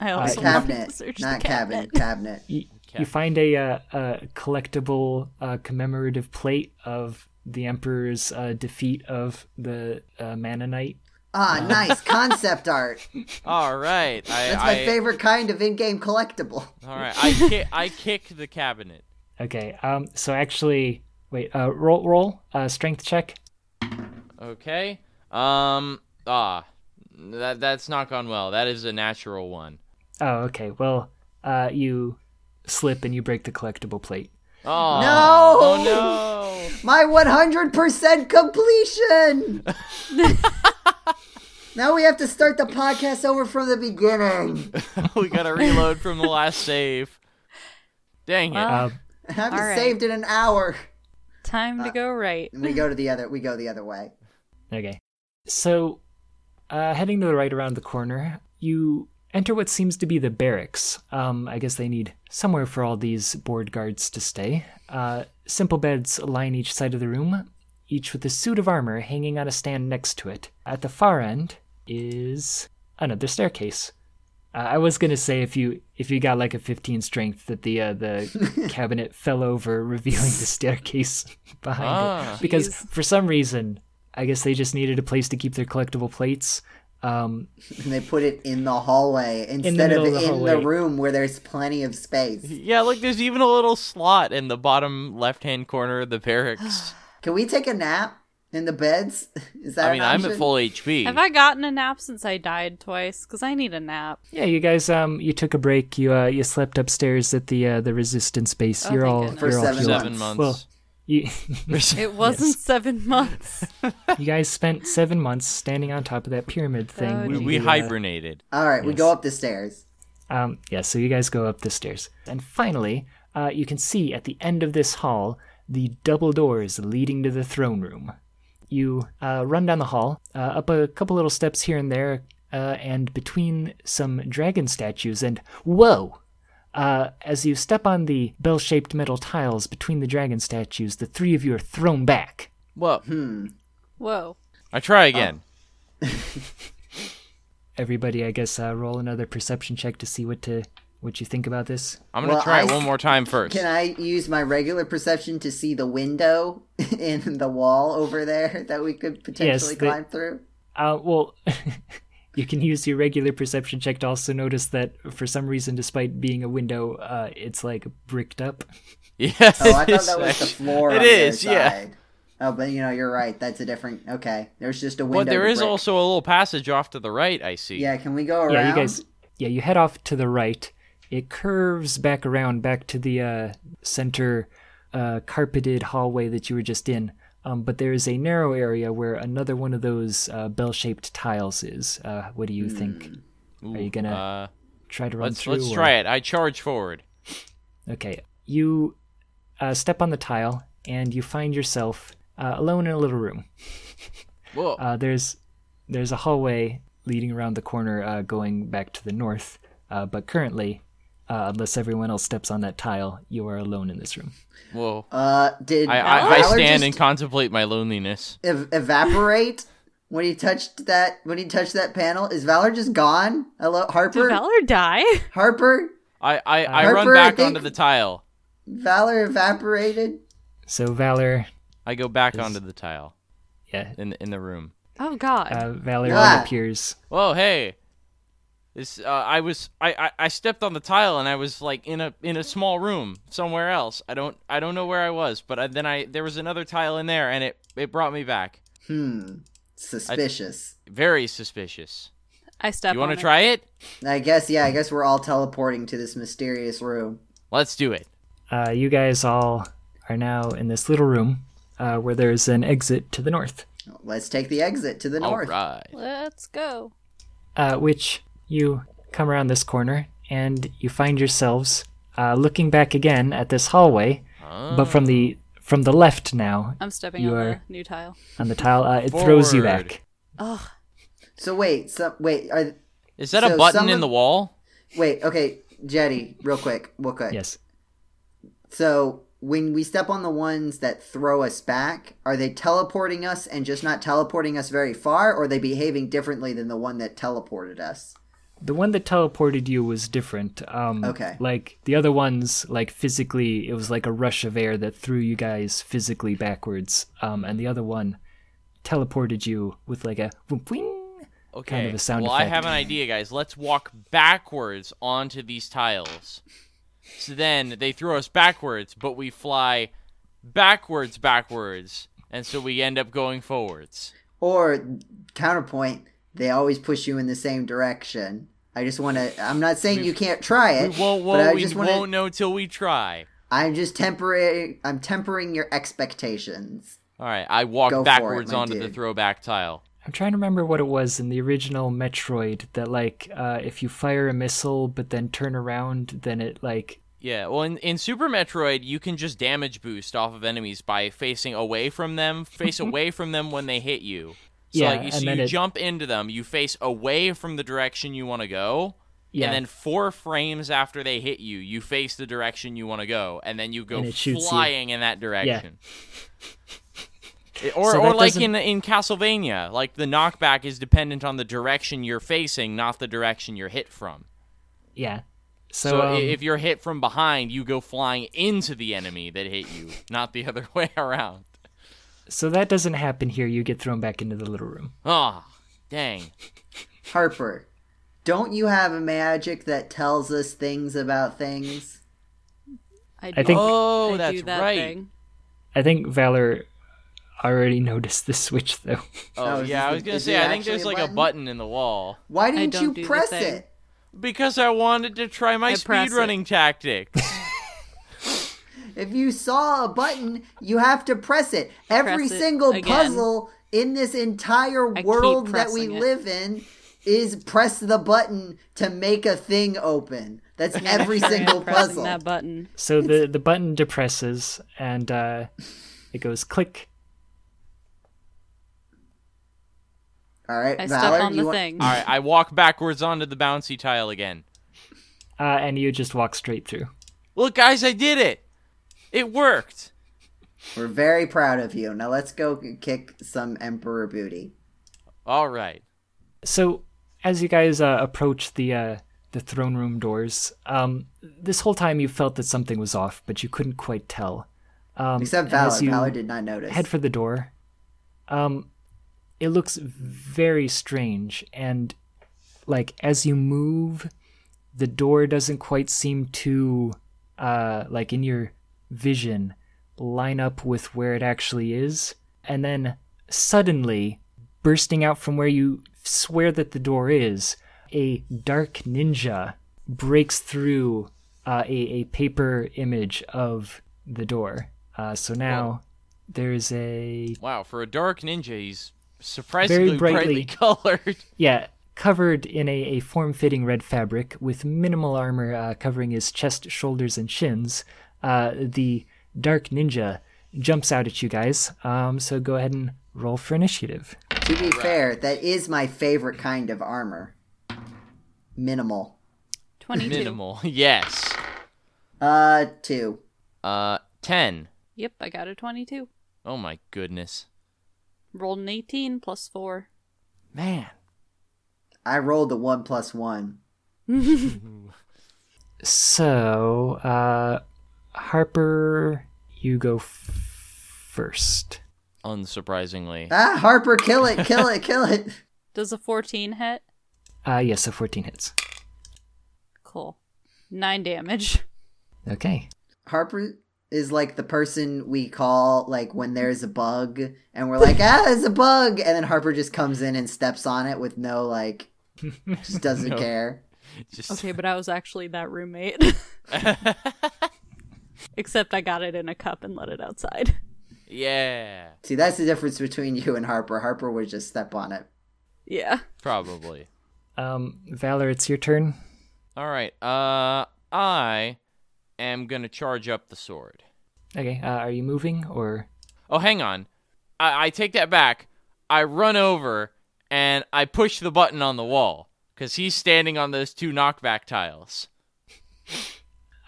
S3: I also wanted to <laughs>
S4: Cabinet,
S3: search
S4: not
S3: the
S4: cabin. Cabinet.
S1: You, you find a, uh, a collectible uh, commemorative plate of the emperor's uh, defeat of the uh, Mannonite. <laughs>
S4: Ah, nice concept art.
S2: All right. I,
S4: <laughs> That's my
S2: I-
S4: favorite kind of in-game collectible.
S2: All right. I, ki- I kick the cabinet.
S1: Okay. Um. So actually, wait. Uh. Roll. Roll. Uh. Strength check.
S2: Okay. Um. Ah. That that's not gone well. That is a natural one.
S1: Oh. Okay. Well. Uh. You slip and you break the collectible plate.
S2: Oh
S4: No!
S2: Oh no!
S4: My 100%
S1: <laughs>
S4: completion! now we have to start the podcast over from the beginning.
S2: <laughs>
S4: <laughs>
S2: we gotta reload from the last save. Dang it.
S3: Well,
S1: Uh,
S4: I have
S3: All
S4: not
S3: right.
S4: saved in an hour.
S3: Time
S4: Uh,
S3: to go right.
S4: And we go to the other we go the other way.
S1: Okay. So, uh, heading to the right around the corner, you enter what seems to be the barracks. Um, I guess they need somewhere for all these board guards to stay. Uh, simple beds line each side of the room, each with a suit of armor hanging on a stand next to it. At the far end is another staircase. Uh, I was gonna say if you if you got like a 15 strength that the uh, the cabinet fell over, revealing the staircase <laughs> behind
S2: Ah.
S1: it. Because
S3: Jeez.
S1: for some reason, I guess they just needed a place to keep their collectible plates. Um,
S4: And they put it in the hallway instead
S1: middle of
S4: of
S1: the
S4: in the
S1: hallway.
S4: room where there's plenty of
S1: <laughs>
S4: space.
S2: yeah, look, there's even a little slot in the bottom left-hand corner of the
S4: <gasps>
S2: barracks.
S4: Can we take a nap in the beds? Is that
S2: I
S4: an
S2: mean, I'm at
S4: option?
S2: full HP.
S3: Have I gotten a nap since I died twice? Because I need a nap.
S1: yeah, you guys, um, you took a break. You uh, you slept upstairs at the uh, the resistance base.
S3: Oh,
S1: you're
S3: thank
S1: all
S3: goodness.
S1: you're
S4: For
S1: all
S4: seven
S1: healed.
S2: Seven months.
S1: Well, you, <laughs>
S3: It wasn't seven months.
S1: you guys spent seven months standing on top of that pyramid thing.
S3: Oh,
S1: when
S2: we,
S1: you,
S2: we
S1: uh,
S2: hibernated.
S4: All right, we
S1: Yes.
S4: go up the stairs.
S1: Um, yeah, so you guys go up the stairs. And finally, uh, you can see at the end of this hall the double doors leading to the throne room. You uh, run down the hall, uh, up a couple little steps here and there, uh, and between some dragon statues, and whoa! Uh, as you step on the bell shaped metal tiles between the dragon statues, the three of you are thrown back.
S2: Well,
S3: Whoa.
S2: I try
S4: Oh.
S2: again.
S1: Everybody, I guess, uh, roll another perception check to see what to what you think about this.
S2: I'm gonna
S4: Well,
S2: try
S4: I-
S2: it one more time first.
S4: Can I use my regular perception to see the window <laughs> in the wall over there <laughs> that we could potentially
S1: the-
S4: climb through?
S1: Uh, well, <laughs> you can use your regular perception check to also notice that for some reason, despite being a window, uh, it's like bricked up.
S2: <laughs> Yes.
S4: Oh, I
S2: it
S4: thought
S2: is
S1: <laughs>
S2: <laughs>
S4: that was the
S2: actually-
S4: floor.
S2: It
S4: on the other
S2: is, yeah.
S4: side. Oh, but you know, you're right. That's a different. Okay, there's just a window.
S2: But there
S4: to
S2: is
S4: break.
S2: also a little passage off to the right. I see.
S4: Yeah, can we go around?
S1: Yeah, you guys. Yeah, you head off to the right. It curves back around, back to the uh, center uh, carpeted hallway that you were just in. Um, but there is a narrow area where another one of those uh, bell-shaped tiles is. Uh, what do you think? Are you gonna
S2: Uh,
S1: try to run
S2: let's
S1: through?
S2: let's
S1: or-
S2: try it. I charge forward.
S1: Okay, you uh, step on the tile and you find yourself uh, alone in a little room.
S2: Whoa.
S1: Uh, there's there's a hallway leading around the corner, uh, going back to the north. Uh, but currently, uh, unless everyone else steps on that tile, you are alone in this room.
S2: Whoa.
S4: Uh, did
S2: I, I, I
S4: Valor
S2: stand and
S4: just
S2: contemplate my loneliness.
S4: ev- evaporate when he touched that? When he touched that panel, is Valor just gone? Hello,
S3: Did
S4: Harper.
S3: Valor die?
S4: Harper,
S2: I I, I
S4: Harper,
S2: run
S4: I
S2: back
S4: think-
S2: onto the tile.
S4: Valor evaporated.
S1: So Valor,
S2: I go back onto the tile
S1: yeah,
S2: in in the room.
S3: Oh, God.
S1: uh, Valor
S4: Yeah.
S1: appears.
S2: Whoa, hey. This uh, I was I, I I stepped on the tile and I was like in a in a small room somewhere else. I don't I don't know where I was, but I, then I there was another tile in there and it it brought me back.
S4: Hmm, suspicious.
S2: Very suspicious.
S3: I step
S2: you
S3: on
S2: want to
S3: it.
S2: try it?
S4: I... guess yeah. I guess we're all teleporting to this mysterious room.
S2: Let's do it.
S1: Uh, you guys all are now in this little room uh, where there's an exit to the north.
S4: Let's take the exit to the
S2: All
S4: north.
S2: right.
S3: Let's go.
S1: uh, which you come around this corner and you find yourselves uh, looking back again at this hallway, but from the from the left now
S3: I'm stepping
S1: You
S3: on
S1: are-
S3: the new tile.
S1: on the tile. Uh, it throws you
S2: Forward.
S1: back.
S3: Oh,
S4: So wait, so wait, are,
S2: Is that
S4: So
S2: a button in
S4: someone-
S2: the wall?
S4: wait. Okay, Jetty, real quick, real quick.
S1: Yes.
S4: So when we step on the ones that throw us back, are they teleporting us and just not teleporting us very far, or are they behaving differently than the one that teleported us?
S1: The one that teleported you was different. Um,
S4: Okay.
S1: Like the other ones, like physically, it was like a rush of air that threw you guys physically backwards. Um, and the other one teleported you with like a whoop, wing.
S2: Okay.
S1: kind of a sound
S2: well, I
S1: effect.
S2: have an idea, guys. Let's walk backwards onto these tiles. So then they throw us backwards, but we fly backwards, backwards, and so we end up going forwards.
S4: Or counterpoint, they always push you in the same direction. I just want to. I'm not saying you can't try
S2: We
S4: it.
S2: won't,
S4: but I
S2: we
S4: just want
S2: won't
S4: to.
S2: know till we try.
S4: I'm just tempering. I'm tempering your expectations.
S2: All right, I walk
S4: Go for it,
S2: backwards
S4: my
S2: onto the
S4: dude.
S2: throwback tile.
S1: I'm trying to remember what it was in the original Metroid that like uh, if you fire a missile but then turn around, then it like
S2: Yeah, well, in, in Super Metroid, you can just damage boost off of enemies by facing away from
S1: <laughs>
S2: them, face away from them when they hit you. So,
S1: Yeah,
S2: like, you, so
S1: and then
S2: you
S1: it-
S2: jump into them, you face away from the direction you want to go,
S1: yeah,
S2: and then four frames after they hit you, you face the direction you want to go, and then you go
S1: And it shoots you.
S2: flying in
S1: <laughs>
S2: that direction. It- Or,
S1: So
S2: or
S1: that
S2: like
S1: doesn't-
S2: in in Castlevania, like the knockback is dependent on the direction you're facing, not the direction you're hit from.
S1: yeah. So,
S2: So, i-
S1: um,
S2: if you're hit from behind, you go flying into the enemy that hit you, not the <laughs> other way around.
S1: so that doesn't happen here. You get thrown back into the little room.
S2: Ah, dang.
S4: Harper, don't you have a magic that tells us things about things?
S1: I think-
S2: Oh,
S3: I
S2: that's
S3: do that
S2: right. <laughs>
S3: thing.
S1: I think Valor already <laughs> noticed the switch though.
S2: Oh
S4: Oh, is
S2: yeah,
S4: this
S2: I
S4: the-
S2: was gonna
S4: is
S2: say
S4: there
S2: I think there's
S4: actually
S2: like
S4: a
S2: a
S4: button?
S2: button in the wall
S4: Why
S3: I
S4: didn't
S3: don't
S4: you
S3: do the
S4: press
S3: thing.
S4: it?
S2: because I wanted to try my
S3: I press it.
S2: speedrunning
S4: <laughs>
S2: tactics.
S4: If you saw a button, you have to press it. Every
S3: Press it
S4: single
S3: again.
S4: puzzle in this entire
S3: keep
S4: world that we
S3: pressing it.
S4: live in is press the button to make a thing open.
S3: <laughs>
S4: That's every
S3: Sure, I'm
S4: single
S3: pressing
S4: puzzle.
S3: That button.
S1: So the the button depresses and uh, it goes click.
S4: All right,
S3: I
S4: Valor,
S3: step on
S4: you
S3: the
S4: want-
S3: thing.
S2: All right, I walk backwards onto the bouncy tile again.
S1: Uh, and you just walk straight through.
S2: Look, guys, I did it. It worked.
S4: We're very proud of you. Now let's go kick some Emperor booty.
S2: All right.
S1: So as you guys uh, approach the uh, the throne room doors, um, this whole time you felt that something was off, but you couldn't quite tell. Um,
S4: Except
S1: and as
S4: Valor.
S1: you
S4: Valor did not notice.
S1: head for the door. Um, it looks very strange, and like as you move, the door doesn't quite seem to uh like in your vision line up with where it actually is. And then suddenly, bursting out from where you swear that the door is, a dark ninja breaks through uh, a a paper image of the door. Uh, so now there's a
S2: Wow, for a dark ninja, he's surprisingly
S1: brightly.
S2: brightly <laughs> colored.
S1: yeah covered in a, a form-fitting red fabric with minimal armor uh, covering his chest shoulders and shins uh, the dark ninja jumps out at you guys um, so go ahead and roll for initiative
S4: to be fair, that is my favorite kind of armor. Minimal.
S3: 22.
S2: Minimal. Yes.
S4: Uh, two.
S2: Uh, 10.
S3: Yep, I got a 22.
S2: Oh my goodness.
S3: Rolled an 18 plus <laughs> 4.
S2: Man.
S4: I rolled a one plus one.
S1: so uh, harper you go f- first
S2: Unsurprisingly.
S4: Ah, Harper, kill it, kill it, kill it. <laughs>
S3: Does a 14 hit?
S1: uh, yes so 14 hits
S3: Cool. 9 damage.
S1: okay
S4: Harper is like the person we call like when there's a bug and we're like, ah, there's a bug, and then Harper just comes in and steps on it with no
S1: <laughs>
S4: like, just doesn't care.
S2: <laughs> Just
S3: Okay, but I was actually that roommate. Except I got it in a cup and let it outside.
S2: yeah,
S4: See, that's the difference between you and Harper. Harper would just step on it.
S3: Yeah.
S2: probably.
S1: um, valor it's your turn
S2: All right. Uh, I am gonna charge up the sword.
S1: okay uh, are you moving or
S2: Oh, hang on. I, I take that back. I run over and I push the button on the wall because he's standing on those two knockback tiles.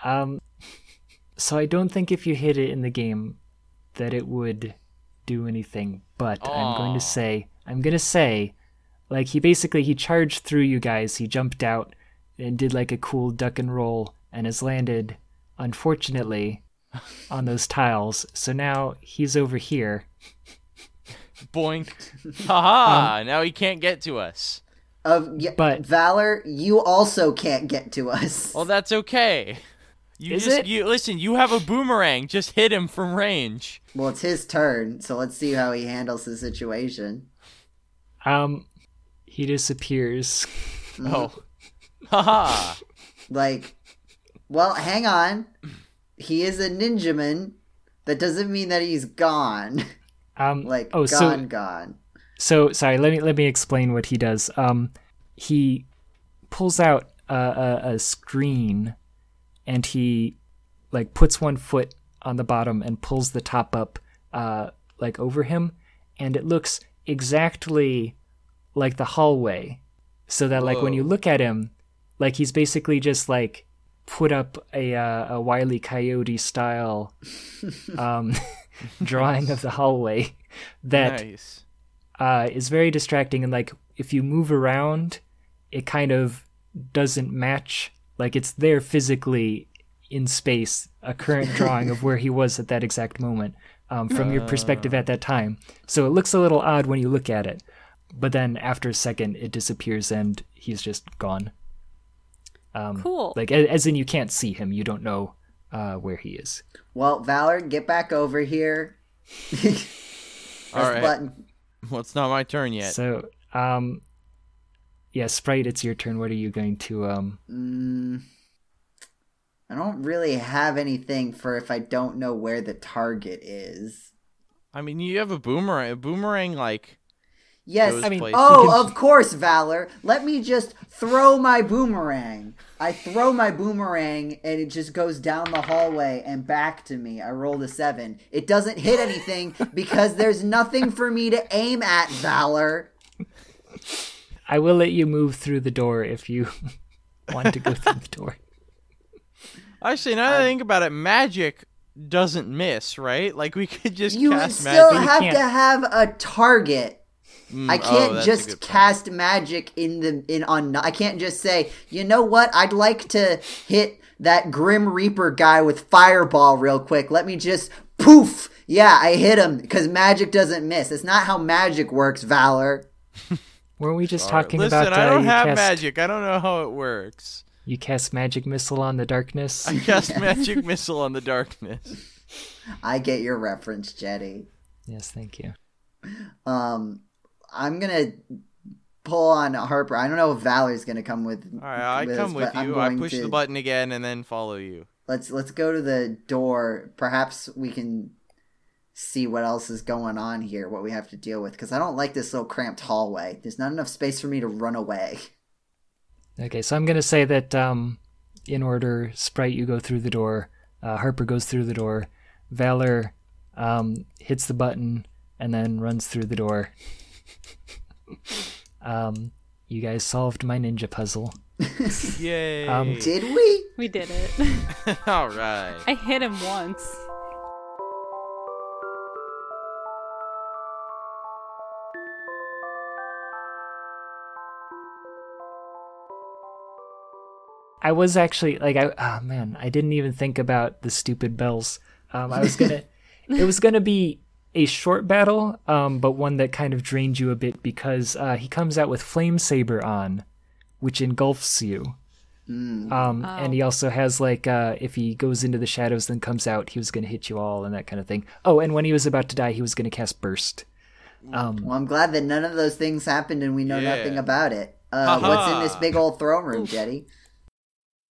S1: Um, so I don't think if you hit it in the game that it would do anything. But I'm going
S2: Aw.
S1: to say, I'm going to say, like he basically he charged through you guys. He jumped out and did like a cool duck and roll and has landed, unfortunately,
S4: <laughs>
S1: on those tiles. So now he's over here.
S2: Boink. Haha. now he can't get to us.
S4: Of y-
S1: But-
S4: Valor, you also can't get to us.
S2: Well, that's okay. You
S1: Is
S2: just
S1: it?
S2: you listen, you have a boomerang. Just hit him from range.
S4: Well, it's his turn, so let's see how he handles the situation.
S1: Um, he disappears.
S2: Oh. <laughs> Haha.
S4: Like, well, hang on. He is a ninja man. That doesn't mean that he's gone. <laughs>
S1: Um,
S4: Like,
S1: oh,
S4: gone,
S1: so
S4: gone.
S1: so sorry. Let me let me explain what he does. Um, he pulls out a, a, a screen, and he like puts one foot on the bottom and pulls the top up, uh, like over him, and it looks exactly like the hallway. So that like when you
S2: Whoa.
S1: look at him, like he's basically just like put up a uh, a wily coyote
S2: <laughs>
S1: style um, drawing of the hallway that
S2: nice.
S1: uh, is very distracting and like if you move around it kind of doesn't match like it's there physically in space a current drawing of where he was at that exact moment um, from your perspective at that time so it looks a little odd when you look at it but then after a second it disappears and he's just gone um,
S3: Cool.
S1: like a- as in you can't see him you don't know uh, where he is
S4: Well, Valor, get back over here. <laughs> Press
S2: All
S4: the
S2: right.
S4: button.
S2: Well, it's not my turn yet.
S1: so um yeah sprite it's your turn what are you going to um
S4: Mm, I don't really have anything for if I don't know where the target is.
S2: I mean, you have a boomerang. A boomerang like
S4: Yes.
S2: goes
S1: I mean-
S2: places.
S4: Oh,
S1: You can-
S4: of course, Valor. Let me just throw my boomerang. I throw my boomerang and it just goes down the hallway and back to me. I roll a seven. It doesn't hit anything because there's nothing for me to aim at, Valor.
S1: I will let you move through the door if you <laughs> want to go through the door.
S2: Actually, now that I think about it, magic doesn't miss, right? Like we could just
S4: You would
S2: cast
S4: still
S2: magic.
S4: have
S1: can't-
S4: to have a target.
S2: Mm, oh,
S4: I can't
S2: that's a good
S4: just
S2: point.
S4: cast magic in the in on. I can't just say, you know what? I'd like to hit that Grim Reaper guy with fireball real quick. Let me just poof. Yeah, I hit him because magic doesn't miss. It's not how magic works, Valor.
S1: Weren't we just talking
S2: Listen,
S1: about
S2: I
S1: uh,
S2: don't
S1: you
S2: have
S1: cast,
S2: magic. I don't know how it
S4: <laughs>
S2: works.
S1: You cast magic missile on the darkness.
S2: I cast magic missile on the
S4: <laughs>
S2: darkness.
S4: I get your reference, Jetty.
S1: yes, thank you.
S4: Um, I'm gonna pull on Harper. I don't know if Valor's gonna come with.
S2: All right, I
S4: us,
S2: come with
S4: but I'm
S2: you. I
S4: going
S2: push
S4: to-
S2: the button again and then follow you.
S4: let's let's go to the door perhaps we can see what else is going on here what we have to deal with because i don't like this little cramped hallway there's not enough space for me to run away
S1: Okay, so I'm gonna say that um, in order, Sprite, you go through the door. Uh, Harper goes through the door. Valor um, hits the button and then runs through the door. <laughs> um, you guys solved my ninja puzzle.
S2: Yay!
S1: Um,
S4: <laughs> did we
S3: We did it.
S2: <laughs> All right.
S3: I hit him once.
S1: I was actually like, I oh man, I didn't even think about the stupid bells. Um, I was gonna, it was gonna be a short battle, um, but one that kind of drained you a bit because uh, he comes out with flame saber on, which engulfs you. Um, And he also has like, uh, if he goes into the shadows, then comes out, he was gonna hit you all and that kind of thing. Oh, and when he was about to die, he was gonna cast burst. Um,
S4: well i'm glad that none of those things happened and we know
S2: Yeah.
S4: nothing about it uh, what's in this big old throne room jetty